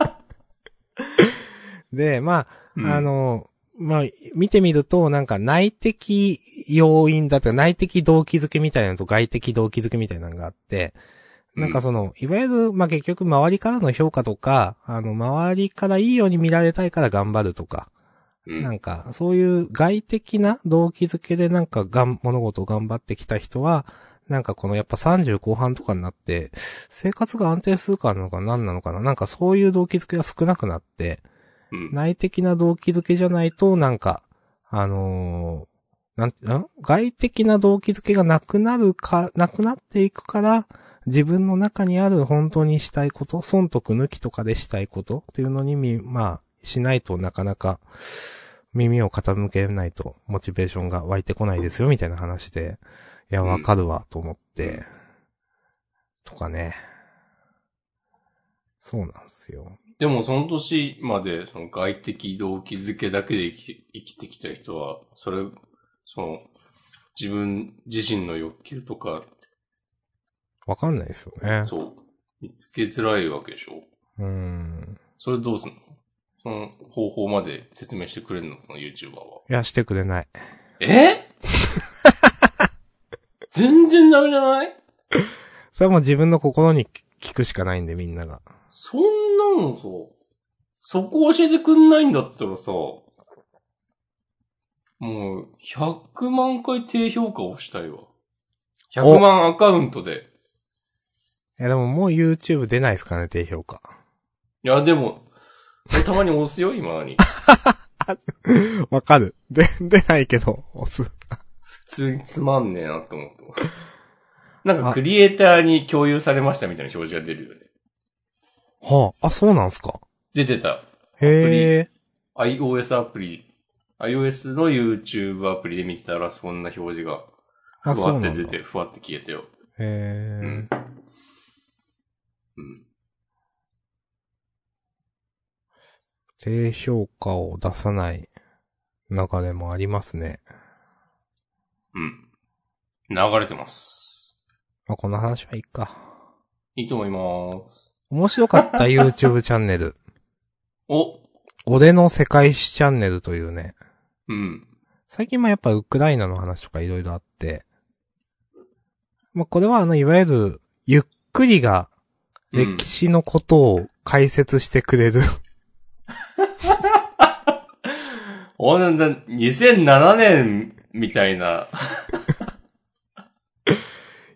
[SPEAKER 2] で、まあ、あ、の、まあ、見てみると、なんか内的要因だとか、内的動機づけみたいなのと外的動機づけみたいなのがあって、なんかその、いわゆる、まあ、結局周りからの評価とか、あの、周りからいいように見られたいから頑張るとか、
[SPEAKER 1] うん、
[SPEAKER 2] なんか、そういう外的な動機づけでなんかがん、物事を頑張ってきた人は、なんかこのやっぱ30後半とかになって、生活が安定するからなのか何なのかななんかそういう動機づけが少なくなって、
[SPEAKER 1] うん
[SPEAKER 2] 内的な動機づけじゃないと、なんか、あのーなん、ん外的な動機づけがなくなるか、なくなっていくから、自分の中にある本当にしたいこと、損得抜きとかでしたいことっていうのにみ、まあ、しないとなかなか、耳を傾けないと、モチベーションが湧いてこないですよ、みたいな話で、いや、
[SPEAKER 1] うん
[SPEAKER 2] わかるわ、と思って、とかね。そうなんですよ。
[SPEAKER 1] でもその年まで、その外的動機づけだけで生きて生きてきた人は、それ、その、自分自身の欲求とか、
[SPEAKER 2] わかんないですよね。
[SPEAKER 1] そう、見つけづらいわけでしょ
[SPEAKER 2] うーん。
[SPEAKER 1] それどうすんのその方法まで説明してくれるのその YouTuber は。
[SPEAKER 2] いや、してくれない。
[SPEAKER 1] え 全然ダメじゃない
[SPEAKER 2] それはもう自分の心に聞くしかないんで、みんなが。
[SPEAKER 1] そんなのさ、そこ教えてくんないんだったらさ、もう、100万回低評価をしたいわ。 100万アカウントで。
[SPEAKER 2] いや、でももう YouTube 出ないですかね、低評価。
[SPEAKER 1] いや、でも、たまに押すよ、今 何。
[SPEAKER 2] わかる。で、 出ないけど、押す。
[SPEAKER 1] 普通につまんねえなと思ってます。なんかクリエイターに共有されましたみたいな表示が出るよね。
[SPEAKER 2] はあ、あ、そうなんすか。
[SPEAKER 1] 出てた。
[SPEAKER 2] へえ。
[SPEAKER 1] iOS アプリ、iOS の YouTube アプリで見てたらそんな表示が、
[SPEAKER 2] あ、
[SPEAKER 1] ふ
[SPEAKER 2] そ
[SPEAKER 1] わ
[SPEAKER 2] う
[SPEAKER 1] っ
[SPEAKER 2] な
[SPEAKER 1] て
[SPEAKER 2] ん
[SPEAKER 1] 出
[SPEAKER 2] だ。
[SPEAKER 1] て、ふわって消えたよ。
[SPEAKER 2] へ
[SPEAKER 1] う
[SPEAKER 2] え
[SPEAKER 1] ん。。うん。
[SPEAKER 2] 低評価を出さない中でもありますね。
[SPEAKER 1] うん。流れてます。
[SPEAKER 2] まあ、この話はいいか。
[SPEAKER 1] いいと思います。
[SPEAKER 2] 面白かった YouTube チャンネル。
[SPEAKER 1] お
[SPEAKER 2] 俺の世界史チャンネルというね。
[SPEAKER 1] うん。
[SPEAKER 2] 最近もやっぱウクライナの話とかいろいろあって。まあ、これはあの、いわゆる、ゆっくりが
[SPEAKER 1] うん
[SPEAKER 2] 歴史のことを解説してくれる、
[SPEAKER 1] おなんだ、2007年みたいな。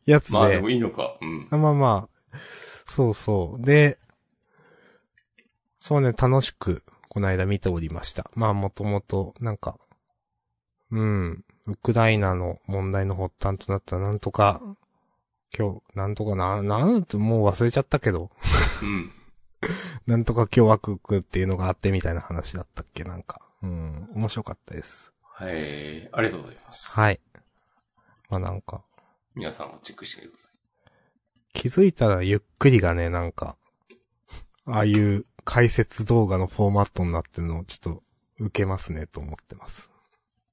[SPEAKER 2] やつで。
[SPEAKER 1] まあでもいいのか。うん。
[SPEAKER 2] あまあまあ、そうそう。で、そうね、楽しく、この間見ておりました。まあもともと、なんか、うん、ウクライナの問題の発端となったなんとか、今日、なんとかな、なんともう忘れちゃったけど、
[SPEAKER 1] うん。
[SPEAKER 2] なんとか共和国っていうのがあってみたいな話だったっけ、なんか。うん、面白かったです。
[SPEAKER 1] はい。ありがとうございます。
[SPEAKER 2] はい。まあなんか、
[SPEAKER 1] 皆さんもチェックしてくださ
[SPEAKER 2] 気づいたらゆっくりがね、なんか、ああいう解説動画のフォーマットになってるのをちょっと受けますねと思ってます。
[SPEAKER 1] い。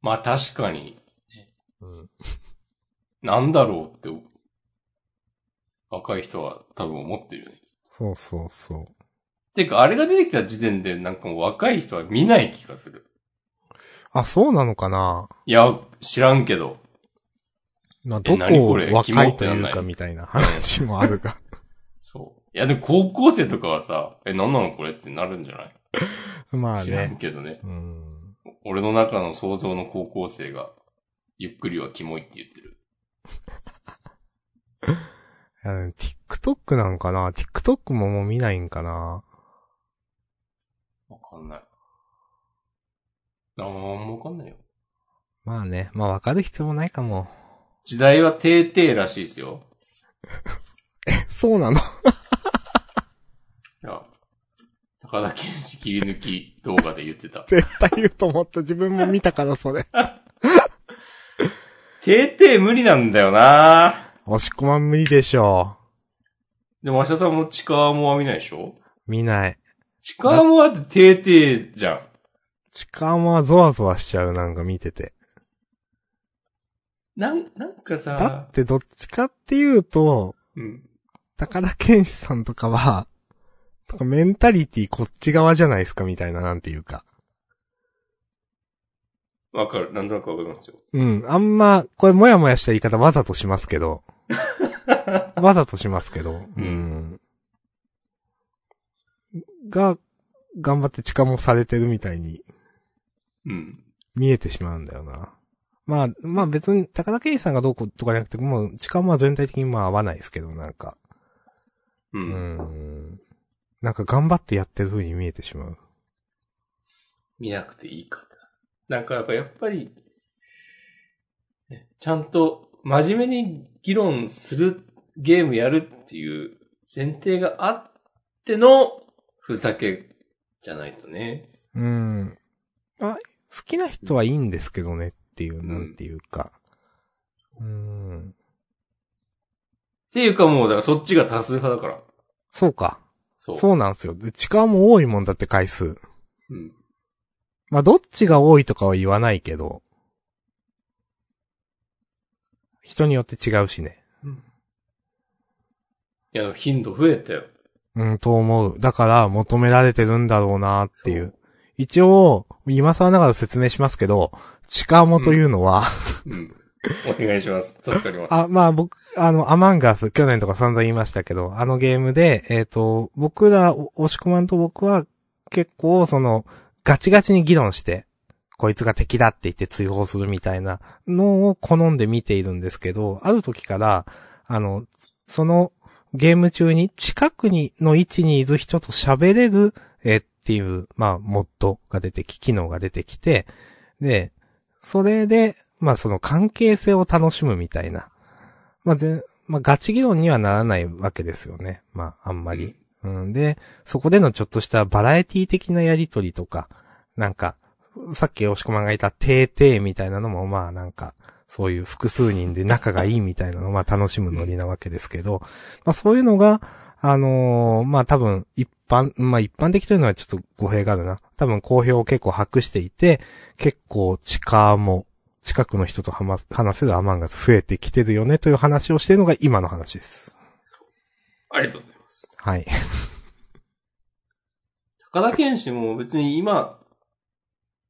[SPEAKER 1] まあ確かに、
[SPEAKER 2] うん。
[SPEAKER 1] なんだろうって、若い人は多分思ってるよね。
[SPEAKER 2] そうそうそう。
[SPEAKER 1] てか、あれが出てきた時点でなんかもう若い人は見ない気がする。
[SPEAKER 2] あ、そうなのかない
[SPEAKER 1] や、知らんけど。
[SPEAKER 2] など
[SPEAKER 1] え
[SPEAKER 2] こ
[SPEAKER 1] 何
[SPEAKER 2] を
[SPEAKER 1] これキ
[SPEAKER 2] 若
[SPEAKER 1] モ
[SPEAKER 2] い
[SPEAKER 1] って
[SPEAKER 2] と
[SPEAKER 1] なん
[SPEAKER 2] い
[SPEAKER 1] ないう
[SPEAKER 2] かみたいな話もあるが。
[SPEAKER 1] そう。いや、でも高校生とかはさ、え、なんなのこれってなるんじゃない、
[SPEAKER 2] まあ
[SPEAKER 1] 知らん
[SPEAKER 2] ね。
[SPEAKER 1] けどね。
[SPEAKER 2] うん。
[SPEAKER 1] 俺の中の想像の高校生が、ゆっくりはキモいって言ってる。
[SPEAKER 2] いやね TikTok なんかな ?TikTok ももう見ないんかな
[SPEAKER 1] わかんない。なんもわかんないよ。
[SPEAKER 2] まあね。まあわかる必要もないかも。
[SPEAKER 1] 時代はてーてーらしいですよ。
[SPEAKER 2] そうなの。
[SPEAKER 1] いや、高田健士切り抜き動画で言ってた
[SPEAKER 2] 絶対言うと思った。自分も見たからそれ。
[SPEAKER 1] てーてー無理なんだよな
[SPEAKER 2] 押し込まん無理でしょ
[SPEAKER 1] でも、明日さんもチカーモア見ないでしょ
[SPEAKER 2] う。見ない。
[SPEAKER 1] チカーモアっててーてーじゃん。
[SPEAKER 2] しかもゾワゾワしちゃう、なんか見てて。
[SPEAKER 1] なん、なんか
[SPEAKER 2] だ
[SPEAKER 1] さ
[SPEAKER 2] っ、てどっちかっていうと、
[SPEAKER 1] うん。
[SPEAKER 2] 高田健志さんとかは、とかメンタリティこっち側じゃないですかみたいな、なんていうか。
[SPEAKER 1] わかる。なんとなくわかりますよ。
[SPEAKER 2] うん、あんま、これもやもやした言い方わざとしますけ ど。わざとしますけど。うん。が、頑張って痴漢もされてるみたいに
[SPEAKER 1] うん。
[SPEAKER 2] 見えてしまうんだよな。まあ、まあ別に高田健志さんがどうこうとかじゃなくて、もう痴漢は全体的にまあ合わないですけど、なんか。
[SPEAKER 1] う。
[SPEAKER 2] うんん。なんか頑張ってやってる風に見えてしまう。
[SPEAKER 1] 見なくていいかってなんか、やっぱり、ねちゃんと真面目に議論するゲームやるっていう前提があってのふざけじゃないとね。
[SPEAKER 2] うん。あ、好きな人はいいんですけどねっていう、
[SPEAKER 1] ん
[SPEAKER 2] なんていうか。うん。
[SPEAKER 1] っていうかもう、だからそっちが多数派だから。
[SPEAKER 2] そうか。
[SPEAKER 1] そう。
[SPEAKER 2] そうなんですよ。で、痴漢も多いもんだって回数。
[SPEAKER 1] うん。
[SPEAKER 2] まあ、どっちが多いとかは言わないけど。人によって違うしね。
[SPEAKER 1] いや、頻度増えたよ。
[SPEAKER 2] うん、と思う。だから、求められてるんだろうなっていう。
[SPEAKER 1] そ
[SPEAKER 2] 一応、今更ながら説明しますけど、痴漢もというのは、
[SPEAKER 1] うん。お願いします。助かります。
[SPEAKER 2] あ、まあ僕、あの、アマンガス、去年とか散々言いましたけど、あのゲームで、えっ、と、僕ら、お押し込まんと僕は、結構、その、ガチガチに議論して、こいつが敵だって言って追放するみたいなのを好んで見ているんですけど、ある時から、あの、そのゲーム中に近くに、の位置にいる人と喋れる、えーっていう、まあ、モッドが出てき、機能が出てきて、で、それで、まあその関係性を楽しむみたいな。まあぜ、まあガチ議論にはならないわけですよね。まああんまり。うん、で、そこでのちょっとしたバラエティ的なやりとりとか、なんか、さっき押し込まんがいたてーてーみたいなのも、まあなんか、そういう複数人で仲がいいみたいなのをまあ楽しむノリなわけですけど、まあそういうのが、あのーまあ多分一般、まあ一般的というのはちょっと語弊があるな。多分好評を結構博していて、結構地下も、近くの人と話話せるアマンガス増えてきてるよねという話をしてるのが今の話です。
[SPEAKER 1] ありがとうございます。
[SPEAKER 2] はい。
[SPEAKER 1] 高田健志も別に今、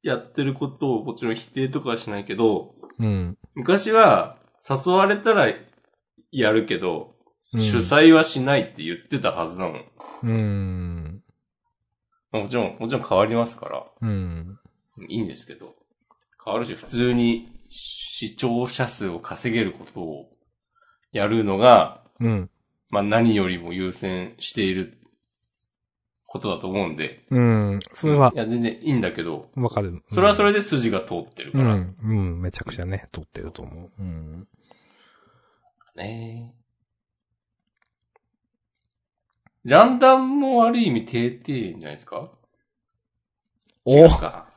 [SPEAKER 1] やってることをもちろん否定とかはしないけど、
[SPEAKER 2] うん。
[SPEAKER 1] 昔は誘われたらやるけど、
[SPEAKER 2] うん
[SPEAKER 1] 主。催はしないって言ってたはずなの。
[SPEAKER 2] うん。
[SPEAKER 1] まあもちろん、もちろん変わりますから、
[SPEAKER 2] うん。
[SPEAKER 1] いいんですけど。変わるし、普通に視聴者数を稼げることをやるのが、
[SPEAKER 2] うん。
[SPEAKER 1] まあ何よりも優先していることだと思うんで。、
[SPEAKER 2] うん。それはい
[SPEAKER 1] や、全然いいんだけど、
[SPEAKER 2] わかる。
[SPEAKER 1] それはそ
[SPEAKER 2] れ
[SPEAKER 1] れで筋が通ってるか
[SPEAKER 2] う
[SPEAKER 1] ら。
[SPEAKER 2] ん。うん。めちゃくちゃね、撮ってると思う。うん。
[SPEAKER 1] ねジャンダンも悪い意味低々じゃないですか
[SPEAKER 2] お
[SPEAKER 1] 違うか。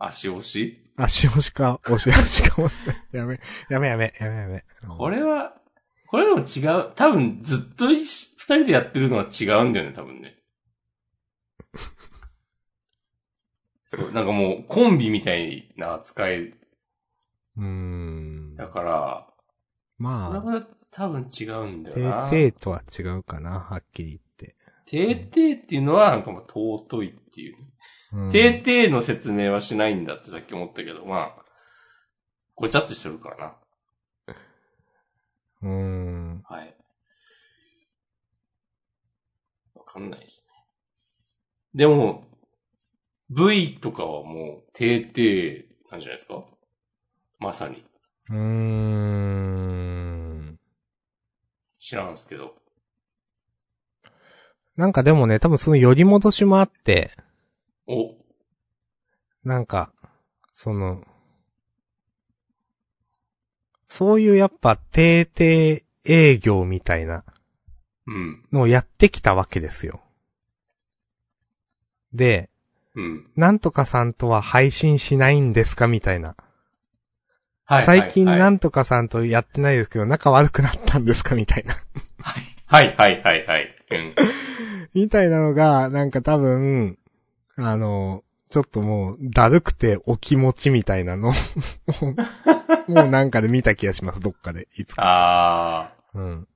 [SPEAKER 1] 足押し
[SPEAKER 2] 足押しか、押し押しかも。やめ、やめやめ、やめやめ。
[SPEAKER 1] これは、これでも違う。多分ずっと一緒二人でやってるのは違うんだよね、多分ね。そう、なんかもうコンビみたいな扱い
[SPEAKER 2] うん。
[SPEAKER 1] だから、これ
[SPEAKER 2] まあ、
[SPEAKER 1] は多分違うんだ
[SPEAKER 2] て
[SPEAKER 1] よな。
[SPEAKER 2] ーてーとは違うかな、はっきり言って。
[SPEAKER 1] てーてーっていうのは、なんかもう尊いっていう。
[SPEAKER 2] うん
[SPEAKER 1] てーてーの説明はしないんだってさっき思ったけど、まあ、ごちゃってしてるからな。
[SPEAKER 2] うん。
[SPEAKER 1] はい。わかんないですね。でも、V とかはもう、てーてーなんじゃないですかまさに。
[SPEAKER 2] うーん。
[SPEAKER 1] 知らんすけど。
[SPEAKER 2] なんかでもね、多分その寄り戻しもあって、
[SPEAKER 1] お、
[SPEAKER 2] なんか、その、そういうやっぱ定定営業みたいな
[SPEAKER 1] うん、
[SPEAKER 2] のをやってきたわけですよ。で、
[SPEAKER 1] うん。
[SPEAKER 2] なんとかさんとは配信しないんですかみたいな。
[SPEAKER 1] はい。
[SPEAKER 2] 最近
[SPEAKER 1] はい
[SPEAKER 2] な
[SPEAKER 1] はい
[SPEAKER 2] んとかさんとやってないですけど、仲悪くなったんですかみたいな。
[SPEAKER 1] はい、はい、はい、はい。うん。
[SPEAKER 2] みたいなのが、なんか多分、あの、ちょっともう、だるくてお気持ちみたいなのもうもうなんかで見た気がします、どっかで、いつか。
[SPEAKER 1] あー。
[SPEAKER 2] うん。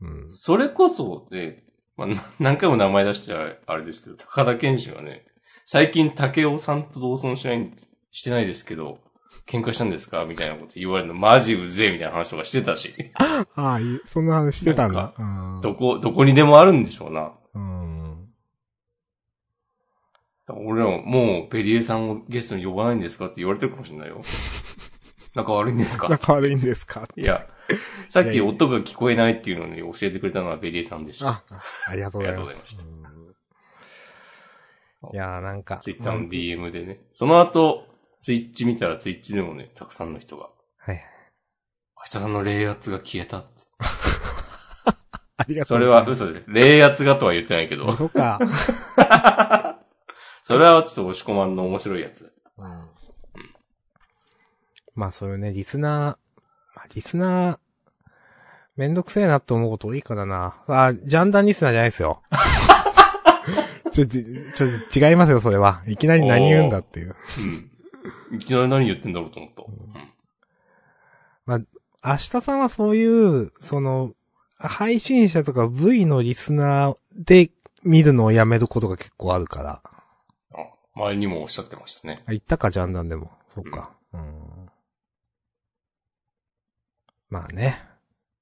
[SPEAKER 2] うん。
[SPEAKER 1] それこそ、ね、まあ、な 何回も名前出してあれですけど、高田健志はね、最近竹尾さんと同村しない、してないですけど、喧嘩したんですかみたいなこと言われるの、マジうぜえみたいな話とかしてたし、
[SPEAKER 2] ああ、いそんな話してたんだ。
[SPEAKER 1] どこ、どこにでもあるんでしょうな。
[SPEAKER 2] うん。うん。
[SPEAKER 1] 俺らも、もう、ペリエさんをゲストに呼ばないんですかって言われてるかもしれないよ。 仲 悪いんですか
[SPEAKER 2] 仲悪いんですか
[SPEAKER 1] いや、さっき音が聞こえないっていうのに教えてくれたのはペリエさんでした。
[SPEAKER 2] あ、あありがとうござい
[SPEAKER 1] あ
[SPEAKER 2] ま
[SPEAKER 1] りがとうございますし。
[SPEAKER 2] うんいやーなんか。
[SPEAKER 1] ツイッターの DM でね。その後、ツイッチ見たらツイッチでもね、たくさんの人が、
[SPEAKER 2] はい。
[SPEAKER 1] 明日さんの霊圧が消えたって。
[SPEAKER 2] ありがと
[SPEAKER 1] そ
[SPEAKER 2] う
[SPEAKER 1] れは嘘です。霊圧がとは言ってないけど。
[SPEAKER 2] 嘘か。
[SPEAKER 1] それはちょっと押し込まんの面白いやつ。
[SPEAKER 2] うんまあそういうね、リスナー、まあ、リスナー、めんどくせえなって思うこと多いからな。あ、ジャンダンリスナーじゃないですよ。 ちょ、ちょ、ちょ違いますよ、それは。いきなり何言うんだっていう。
[SPEAKER 1] うん。いきなり何言ってんだろうと思った。うん。
[SPEAKER 2] 明日さんはそういう、その、配信者とか V のリスナーで見るのをやめることが結構あるから。
[SPEAKER 1] あ前にもおっしゃってましたね。
[SPEAKER 2] あ、行ったか、ジャンダンでも。そっか。うん。まあね。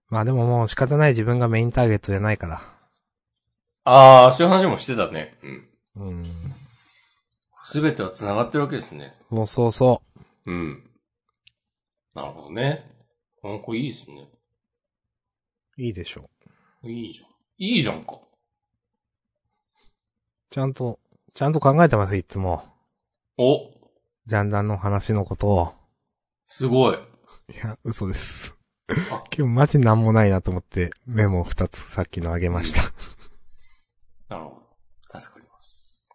[SPEAKER 2] まあでももう仕方ない自分がメインターゲットじゃないから。
[SPEAKER 1] あー、そういう話もしてたね。うん。
[SPEAKER 2] うん。
[SPEAKER 1] すべては繋がってるわけですね。
[SPEAKER 2] そうそうそ
[SPEAKER 1] うん。なるほどね。うん、これいいですね。
[SPEAKER 2] う。いいでしょう。
[SPEAKER 1] いいじゃん。いいじゃんか。
[SPEAKER 2] ちゃんと、ちゃんと考えてます、いつも。
[SPEAKER 1] お
[SPEAKER 2] ジャンダンの話のことを。
[SPEAKER 1] すごい。
[SPEAKER 2] いや、嘘です
[SPEAKER 1] あ。
[SPEAKER 2] 今日マジなんもないなと思ってメモを2つさっきのあげました。
[SPEAKER 1] なるほど。助かります。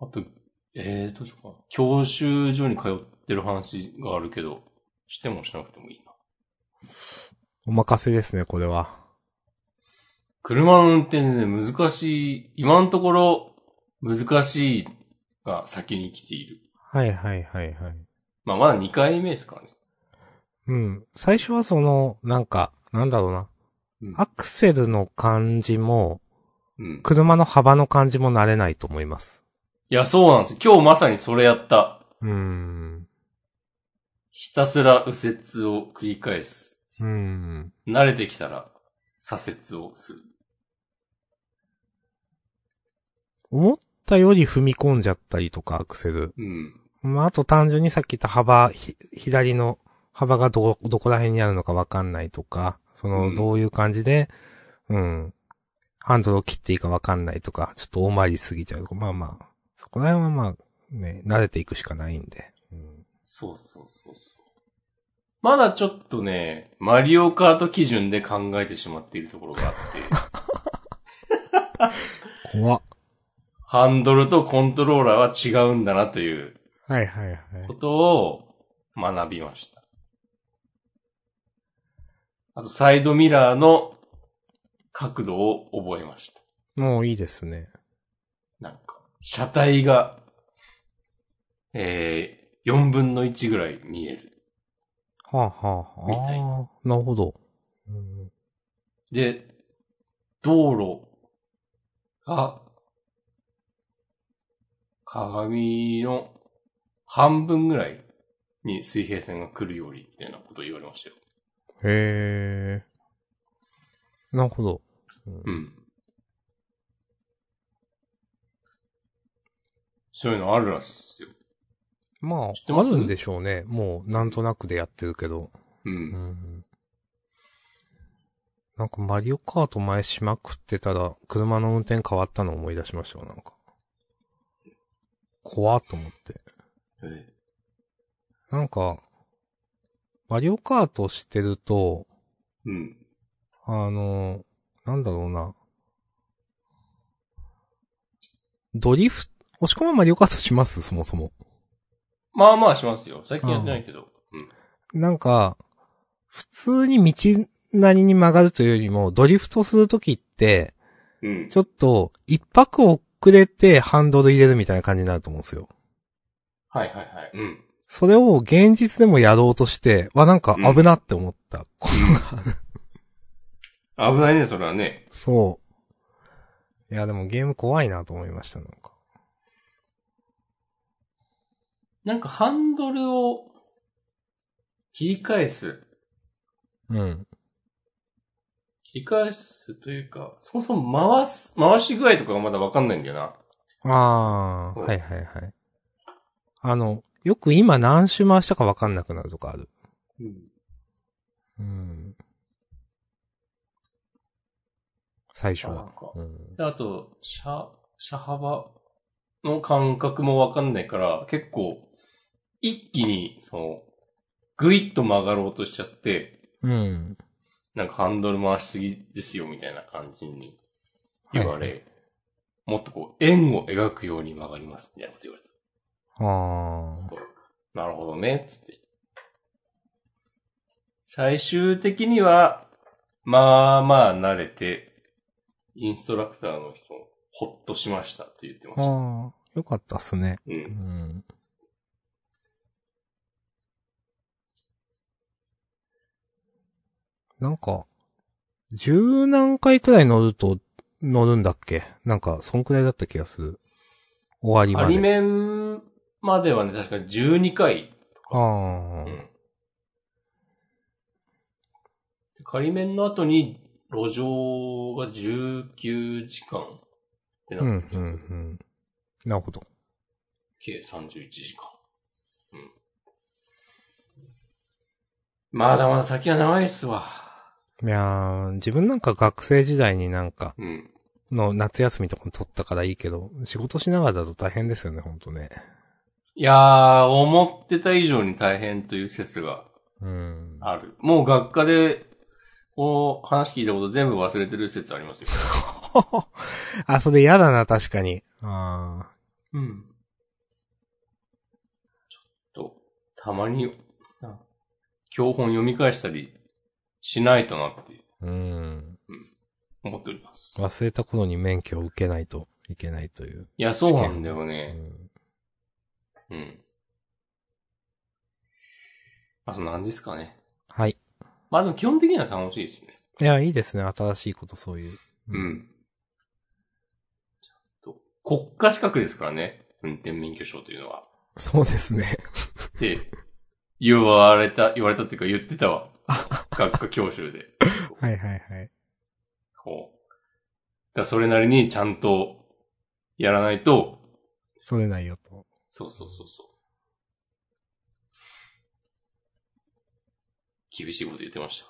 [SPEAKER 1] あと、えー、どうしようかな。教習所に通ってる話があるけど、してもしなくてもいいな。
[SPEAKER 2] お任せですね、これは。
[SPEAKER 1] 車の運転で、ね、難しい、今のところ、難しいが先に来ている。
[SPEAKER 2] はいはいはいはい。
[SPEAKER 1] まあ、まだ2回目ですからね。
[SPEAKER 2] うん。最初はその、なんか、なんだろうな。
[SPEAKER 1] うん
[SPEAKER 2] アクセルの感じも、
[SPEAKER 1] うん。
[SPEAKER 2] 車の幅の感じも慣れないと思います。
[SPEAKER 1] いや、そうなんですよ。今日まさにそれやった。
[SPEAKER 2] うーん。
[SPEAKER 1] ひたすら右折を繰り返す。
[SPEAKER 2] うーん。
[SPEAKER 1] 慣れてきたら左折をする。
[SPEAKER 2] 思ったより踏み込んじゃったりとか、アクセル。
[SPEAKER 1] うん。
[SPEAKER 2] まあ、あと単純にさっき言った幅、ひ左の幅がど、どこら辺にあるのかわかんないとか、そ
[SPEAKER 1] うん
[SPEAKER 2] の、どういう感じで、うん、ハンドルを切っていいかわかんないとか、ちょっと大回りしすぎちゃうとか、まあまあ、そこら辺はまあ、ね、慣れていくしかないんで。うん、
[SPEAKER 1] そうそうそうそう。まだちょっとね、マリオカート基準で考えてしまっているところがあって、
[SPEAKER 2] 怖っ
[SPEAKER 1] ハンドルとコントローラーは違うんだなという
[SPEAKER 2] はいはいはい。
[SPEAKER 1] ことを学びました。あと、サイドミラーの角度を覚えました。
[SPEAKER 2] もういいですね。
[SPEAKER 1] なんか、車体が、えー、4分の1ぐらい見える。
[SPEAKER 2] はあはあ
[SPEAKER 1] みたい
[SPEAKER 2] はあ。なるほど。うん
[SPEAKER 1] で、道路が、鏡の半分ぐらいに水平線が来るように、みたいなことを言われましたよ。
[SPEAKER 2] へえ。なるほど。
[SPEAKER 1] うん。そういうのあるらしいですよ。
[SPEAKER 2] ま
[SPEAKER 1] 知って
[SPEAKER 2] あ、
[SPEAKER 1] ま
[SPEAKER 2] あ
[SPEAKER 1] す
[SPEAKER 2] るんでしょうね。もう、なんとなくでやってるけど。
[SPEAKER 1] う。
[SPEAKER 2] うんんなんかマリオカート前しまくってたら、車の運転変わったの思い出しましたよ、なんか。怖っと思って。
[SPEAKER 1] え
[SPEAKER 2] なんか、マリオカートしてると、
[SPEAKER 1] うん。
[SPEAKER 2] あの、なんだろうな。ドリフト、押し込まんマリオカートしますそもそも。
[SPEAKER 1] まあまあしますよ。最近やってないけど。うん。
[SPEAKER 2] なんか、普通に道なりに曲がるというよりも、ドリフトするときって、
[SPEAKER 1] うん。
[SPEAKER 2] ちょっと、一泊遅れてハンドル入れるみたいな感じになると思うんですよ。
[SPEAKER 1] はいはいはい。うん。
[SPEAKER 2] それを現実でもやろうとして、わ、なんか危なって思った。
[SPEAKER 1] 危ないね、それはね。
[SPEAKER 2] そう。いや、でもゲーム怖いなと思いました、なんか。
[SPEAKER 1] なんかハンドルを切り返す。
[SPEAKER 2] うん。
[SPEAKER 1] 切り返すというか、そもそも回す、回し具合とかがまだわかんないんだよな。
[SPEAKER 2] あー、
[SPEAKER 1] そう
[SPEAKER 2] はいはいはい。あの、よく今何周回したかわかんなくなるとかある。
[SPEAKER 1] うん。
[SPEAKER 2] うん。最初
[SPEAKER 1] なん
[SPEAKER 2] は。
[SPEAKER 1] か。
[SPEAKER 2] うん。
[SPEAKER 1] で、あと、車、車幅の感覚もわかんないから、結構、一気に、その、ぐいっと曲がろうとしちゃって、
[SPEAKER 2] うん。
[SPEAKER 1] なんかハンドル回しすぎですよ、みたいな感じに言われ、
[SPEAKER 2] は
[SPEAKER 1] もっとこう、円を描くように曲がります、みたいなこと言われた。
[SPEAKER 2] あー。
[SPEAKER 1] そうなるほどね、つって。最終的には、まあまあ慣れて、インストラクターの人も、ほっとしましたって言ってました。
[SPEAKER 2] あー。よかったっすね。
[SPEAKER 1] う。
[SPEAKER 2] うんん。なんか、十何回くらい乗ると、乗るんだっけなんか、そんくらいだった気がする。終わりま
[SPEAKER 1] 仮
[SPEAKER 2] で。
[SPEAKER 1] 面まではね、確か12回。
[SPEAKER 2] あ
[SPEAKER 1] う
[SPEAKER 2] あ、
[SPEAKER 1] ん。仮面の後に、路上が19時間って
[SPEAKER 2] うん、う
[SPEAKER 1] なってて、
[SPEAKER 2] ん、うん。なるほど。
[SPEAKER 1] 計31時間。うん。まだまだ先が長いっすわ。
[SPEAKER 2] いやー、自分なんか学生時代になんか、
[SPEAKER 1] うん。
[SPEAKER 2] の夏休みとかも取ったからいいけど、仕事しながらだと大変ですよね、ほんとね。
[SPEAKER 1] いやー、思ってた以上に大変という説が
[SPEAKER 2] うん。
[SPEAKER 1] ある。もう学科で、こう、話聞いたこと全部忘れてる説ありますよ。
[SPEAKER 2] あ、それ嫌だな、確かに。あ
[SPEAKER 1] うん。ちょっと、たまに、な教本読み返したりしないとなって
[SPEAKER 2] ーうん。
[SPEAKER 1] 思っております。
[SPEAKER 2] 忘れた頃に免許を受けないといけないという。
[SPEAKER 1] いや、そうなんだよ
[SPEAKER 2] う
[SPEAKER 1] ね。
[SPEAKER 2] ん
[SPEAKER 1] うん。まあ、そんなんですかね。
[SPEAKER 2] はい。
[SPEAKER 1] まあ、でも基本的には楽しいですね。
[SPEAKER 2] いや、いいですね、新しいこと、そういう。
[SPEAKER 1] う。ん。ちゃんと。国家資格ですからね。運転免許証というのは。
[SPEAKER 2] そうです ね。
[SPEAKER 1] って、言われた、言われたっていうか言ってた わ。学科教習で。
[SPEAKER 2] はいはいはい。
[SPEAKER 1] こう。だからそれなりにちゃんとやらないと、
[SPEAKER 2] それないよと。
[SPEAKER 1] そうそうそうそう。厳しいこと言ってまし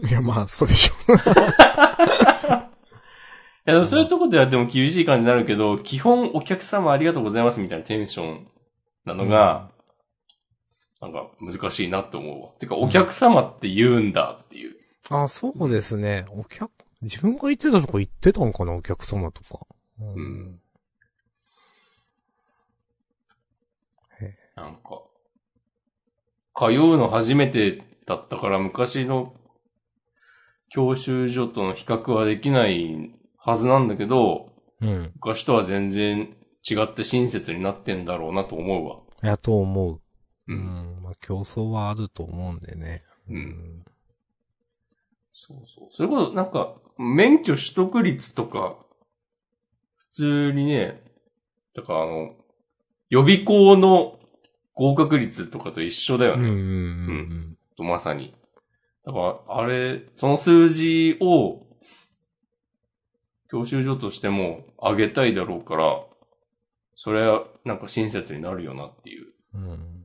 [SPEAKER 1] た。
[SPEAKER 2] いや、まあ、そうでしょ
[SPEAKER 1] いや、でもそういうとこではでも厳しい感じになるけど、基本お客様ありがとうございますみたいなテンションなのが、なんか難しいなって思うわ。てか、お客様って言うんだっていう。
[SPEAKER 2] う。あ、そうですね。お客、自分が行ってたとこ行ってたのかな、お客様とか。う
[SPEAKER 1] うん。なんか、通うの初めてだったから昔の教習所との比較はできないはずなんだけど、
[SPEAKER 2] うん。
[SPEAKER 1] 昔とは全然違って親切になってんだろうなと思うわ。
[SPEAKER 2] いや、と思う。
[SPEAKER 1] う。
[SPEAKER 2] うんん。まあ、競争はあると思うんでね。
[SPEAKER 1] うん。そうそう。それこそ、なんか、免許取得率とか、普通にね、だからあの、予備校の合格率とかと一緒だよ
[SPEAKER 2] うん。う
[SPEAKER 1] ね。
[SPEAKER 2] ん。うん。
[SPEAKER 1] とまさに。だから、あれ、その数字を、教習所としても上げたいだろうから、それはなんか親切になるよなっていう。
[SPEAKER 2] うん
[SPEAKER 1] うん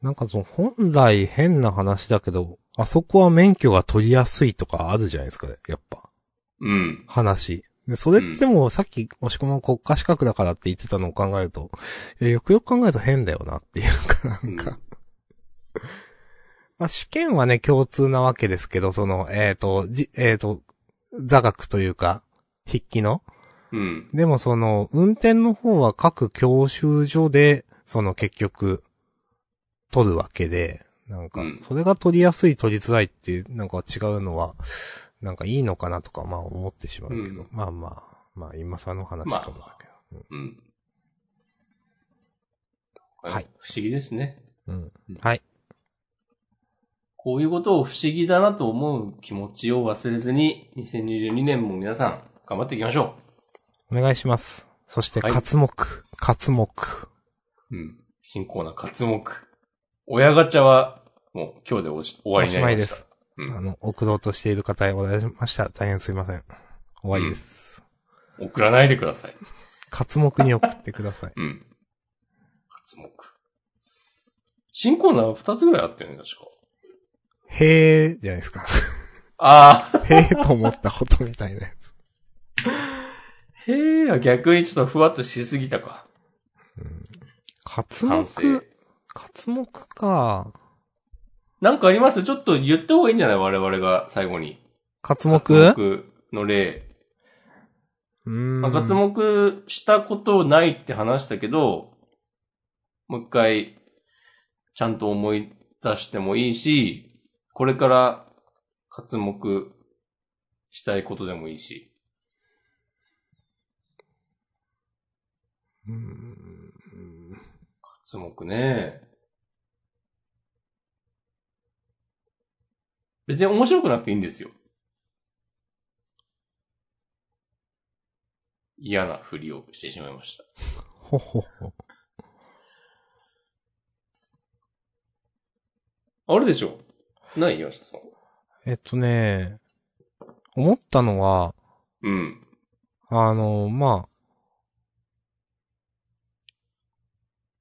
[SPEAKER 2] なんかその本来変な話だけど、あそこは免許が取りやすいとかあるじゃないですか、やっぱ。
[SPEAKER 1] うん。
[SPEAKER 2] 話。で、それってもうさっき、押し込ま国家資格だからって言ってたのを考えると、いやよくよく考えると変だよなっていうか、なんか、まあ、試験はね、共通なわけですけど、その、えっ、と、じ、えっ、と、座学というか、筆記の。
[SPEAKER 1] うん。
[SPEAKER 2] でもその、運転の方は各教習所で、その結局、取るわけで、なんか
[SPEAKER 1] うん、
[SPEAKER 2] それが取りやすい、取りづらいっていう、なんか違うのは、なんかいいのかなとか、まあ思ってしまうけど、
[SPEAKER 1] うん
[SPEAKER 2] まあまあ、まあ今さの話かもだけど。
[SPEAKER 1] うん。
[SPEAKER 2] はい。
[SPEAKER 1] 不思議ですね。
[SPEAKER 2] うん。はい。
[SPEAKER 1] こういうことを不思議だなと思う気持ちを忘れずに、2022年も皆さん、頑張っていきましょ
[SPEAKER 2] お願いします。そして、
[SPEAKER 1] はい
[SPEAKER 2] 活目、活目。
[SPEAKER 1] う。うん。新コーナー、活目。親ガチャは、もう今日でおし終わりになりました。
[SPEAKER 2] おし
[SPEAKER 1] う
[SPEAKER 2] あ
[SPEAKER 1] ん。
[SPEAKER 2] の、送ろうとしている方へおられました。大変すいません。終わりです。
[SPEAKER 1] 送らないでください。。
[SPEAKER 2] 活目に送ってください
[SPEAKER 1] うん。活目。新コーナー二つぐらいあったよね、確か。
[SPEAKER 2] へー、じゃないですか。
[SPEAKER 1] ああ。
[SPEAKER 2] へーと思ったことみたいなやつ。
[SPEAKER 1] へえ、逆にちょっとふわっとしすぎたか。
[SPEAKER 2] 活目
[SPEAKER 1] 反、省。
[SPEAKER 2] 活目か。
[SPEAKER 1] なんかありますちょっと言った方がいいんじゃない我々が最後に。
[SPEAKER 2] 活目う
[SPEAKER 1] 活目の例。
[SPEAKER 2] ーん。
[SPEAKER 1] まあ、活目したことないって話したけど、もう一回、ちゃんと思い出してもいいし、これから活目したいことでもいいし。
[SPEAKER 2] うーん。
[SPEAKER 1] 活目ね。別に面白くなくていいんですよ。嫌なふりをしてしまいました。
[SPEAKER 2] ほほほ。
[SPEAKER 1] あれでしょない岩下さん。
[SPEAKER 2] えっとね、思ったのは、
[SPEAKER 1] うん。
[SPEAKER 2] あの、まあ、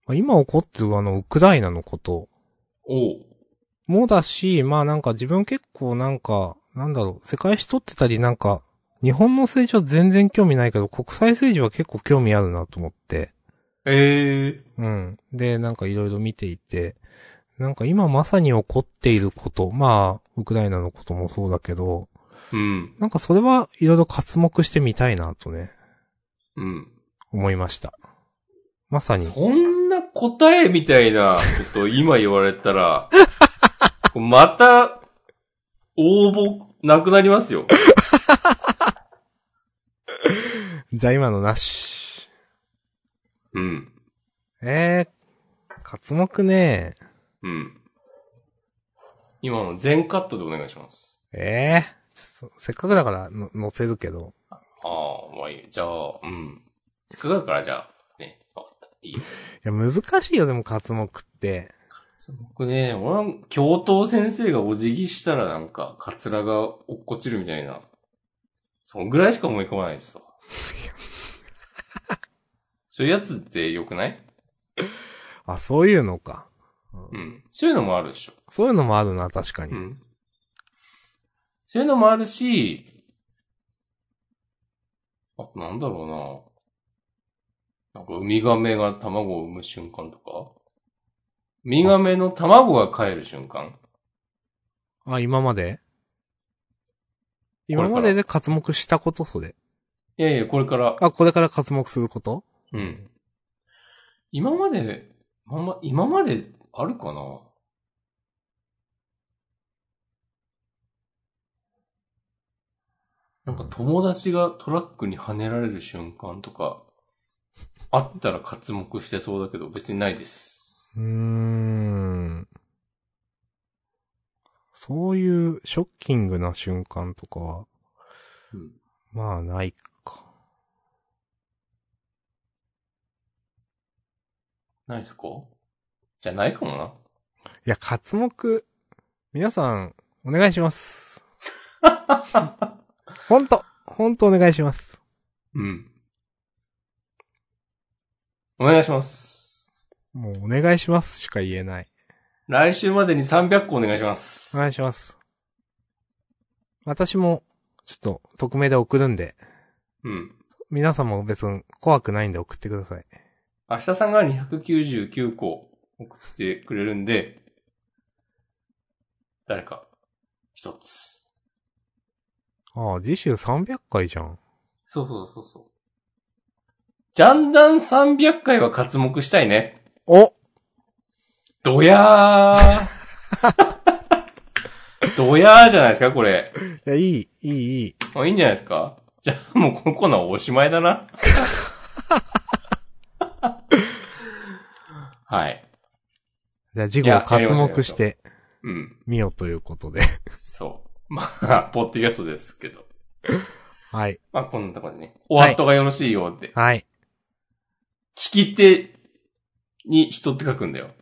[SPEAKER 2] まあ今起こってるあの、ウクライナのこと
[SPEAKER 1] おう。
[SPEAKER 2] もだし、まあなんか自分結構なんか、なんだろう、世界史取ってたりなんか、日本の政治は全然興味ないけど、国際政治は結構興味あるなと思って。
[SPEAKER 1] ええ
[SPEAKER 2] うん。で、なんかいろいろ見ていて、なんか今まさに起こっていること、まあ、ウクライナのこともそうだけど、
[SPEAKER 1] うん。
[SPEAKER 2] なんかそれはいろいろ活目してみたいなとね、
[SPEAKER 1] うん。
[SPEAKER 2] 思いました。まさに。
[SPEAKER 1] そんな答えみたいなことを今言われたら、 また、応募、なくなりますよ。
[SPEAKER 2] じゃあ今のなし。
[SPEAKER 1] うん。
[SPEAKER 2] えー、活目ね
[SPEAKER 1] うん。今の全カットでお願いします。
[SPEAKER 2] えー、ちょっとせっかくだからの、載せるけど。
[SPEAKER 1] ああ、まあいいよ。じゃあ、うん。せっかくだからじゃあ、ね、わかった。いいよ。
[SPEAKER 2] いや、難しいよ、でも活目って。
[SPEAKER 1] 僕ね、俺は、教頭先生がお辞儀したらなんか、カツラが落っこちるみたいな、そんぐらいしか思い浮かばない ですわ。そういうやつって良くない
[SPEAKER 2] あ、そういうのか。
[SPEAKER 1] うん。そういうのもあるでしょ。
[SPEAKER 2] そういうのもあるな、確かに。
[SPEAKER 1] うん。そういうのもあるし、あ、なんだろうな。なんか、ウミガメが卵を産む瞬間とかウミガメの卵が帰る瞬間
[SPEAKER 2] あ、今まで
[SPEAKER 1] れから
[SPEAKER 2] 今までで活目したこと、それ。
[SPEAKER 1] いやいや、これから。
[SPEAKER 2] あ、これから活目すること
[SPEAKER 1] うん。今まで、まんま、今まであるかななんか友達がトラックに跳ねられる瞬間とか、あったら活目してそうだけど、別にないです。
[SPEAKER 2] うーん。そういうショッキングな瞬間とかは、
[SPEAKER 1] うん
[SPEAKER 2] まあ、ないか。
[SPEAKER 1] ないですかじゃないかもな。
[SPEAKER 2] いや、活目、皆さん、お願い します。ほんと、ほんとお願いします。
[SPEAKER 1] うん。お願いします。
[SPEAKER 2] もう、お願いしますしか言えない。
[SPEAKER 1] 来週までに300個お願いします。
[SPEAKER 2] お願いします。私も、ちょっと、匿名で送るんで、
[SPEAKER 1] うん。
[SPEAKER 2] 皆さんも別に怖くないんで送ってください。
[SPEAKER 1] 明日さんが299個送ってくれるんで、誰か、一つ。
[SPEAKER 2] ああ、次週300回じゃん。
[SPEAKER 1] そうそうそうそう。ジャンダン300回は活目したいね。
[SPEAKER 2] お
[SPEAKER 1] ドヤードヤーじゃないですか、これ。
[SPEAKER 2] いや、いい、いい、いい。
[SPEAKER 1] もういいんじゃないですかじゃあもうこのコーナーおしまいだな。はい。
[SPEAKER 2] じゃあ、次
[SPEAKER 1] い
[SPEAKER 2] 号
[SPEAKER 1] ややりま
[SPEAKER 2] 活
[SPEAKER 1] しょう
[SPEAKER 2] 目して
[SPEAKER 1] うん。
[SPEAKER 2] みようということで。
[SPEAKER 1] そう。まあ、ポッドキャストですけど。
[SPEAKER 2] はい。
[SPEAKER 1] まあ、こんなところでね。お後がよろしいようで。
[SPEAKER 2] はい。
[SPEAKER 1] 聞き手に人って書くんだよ。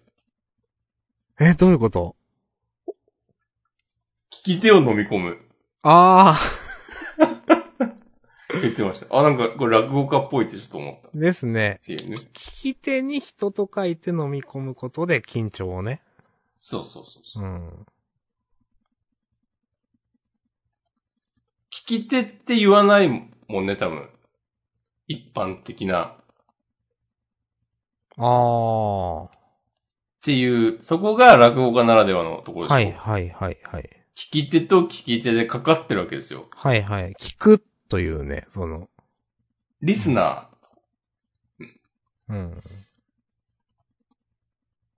[SPEAKER 2] え、どういうこと
[SPEAKER 1] 聞き手を飲み込む。
[SPEAKER 2] あ
[SPEAKER 1] 言ってました。あ、なんか、これ落語家っぽいってちょっと思った。っ
[SPEAKER 2] あ、ですね。
[SPEAKER 1] ていうね。
[SPEAKER 2] 聞き手に人と書いて飲み込むことで緊張をね。
[SPEAKER 1] そうそうそうそうう。
[SPEAKER 2] ん。
[SPEAKER 1] 聞き手って言わないもんね、多分。一般的な。っ
[SPEAKER 2] あ
[SPEAKER 1] ていう、そこが落語家ならではのところ
[SPEAKER 2] あ。
[SPEAKER 1] ですよ。
[SPEAKER 2] はい、はい、はい、はい。
[SPEAKER 1] 聞き手と聞き手でかかってるわけですよ。
[SPEAKER 2] はい、はい。聞くというね、その。
[SPEAKER 1] リスナー。
[SPEAKER 2] うん。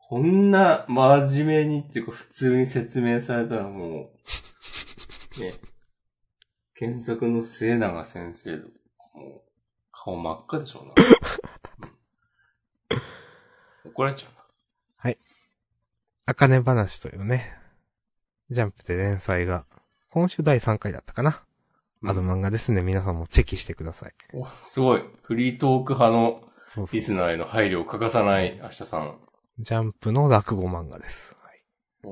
[SPEAKER 1] こんな真面目にっていうか普通に説明されたらもう、ね、検索の末永先生もう、顔真っ赤でしょうな。うん怒られちゃうな。
[SPEAKER 2] あかね話というね、ジャンプで連載が、今週第3回だったかな。
[SPEAKER 1] うん
[SPEAKER 2] ある漫画ですね。皆さんもチェックしてください。
[SPEAKER 1] おすごい。フリートーク派の
[SPEAKER 2] そうそう
[SPEAKER 1] リスナーへの配慮を欠かさない明日さん。
[SPEAKER 2] ジャンプの落語漫画です。はい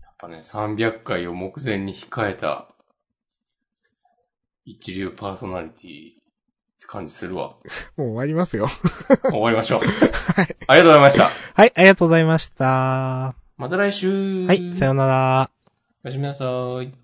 [SPEAKER 1] やっぱね、300回を目前に控えた、一流パーソナリティって感じするわ。
[SPEAKER 2] もう終わりますよ。
[SPEAKER 1] 終わりましょう。ありがとうございました。
[SPEAKER 2] はい、ありがとうございました。
[SPEAKER 1] また来週。
[SPEAKER 2] はい、さようなら。
[SPEAKER 1] おやすみなさい。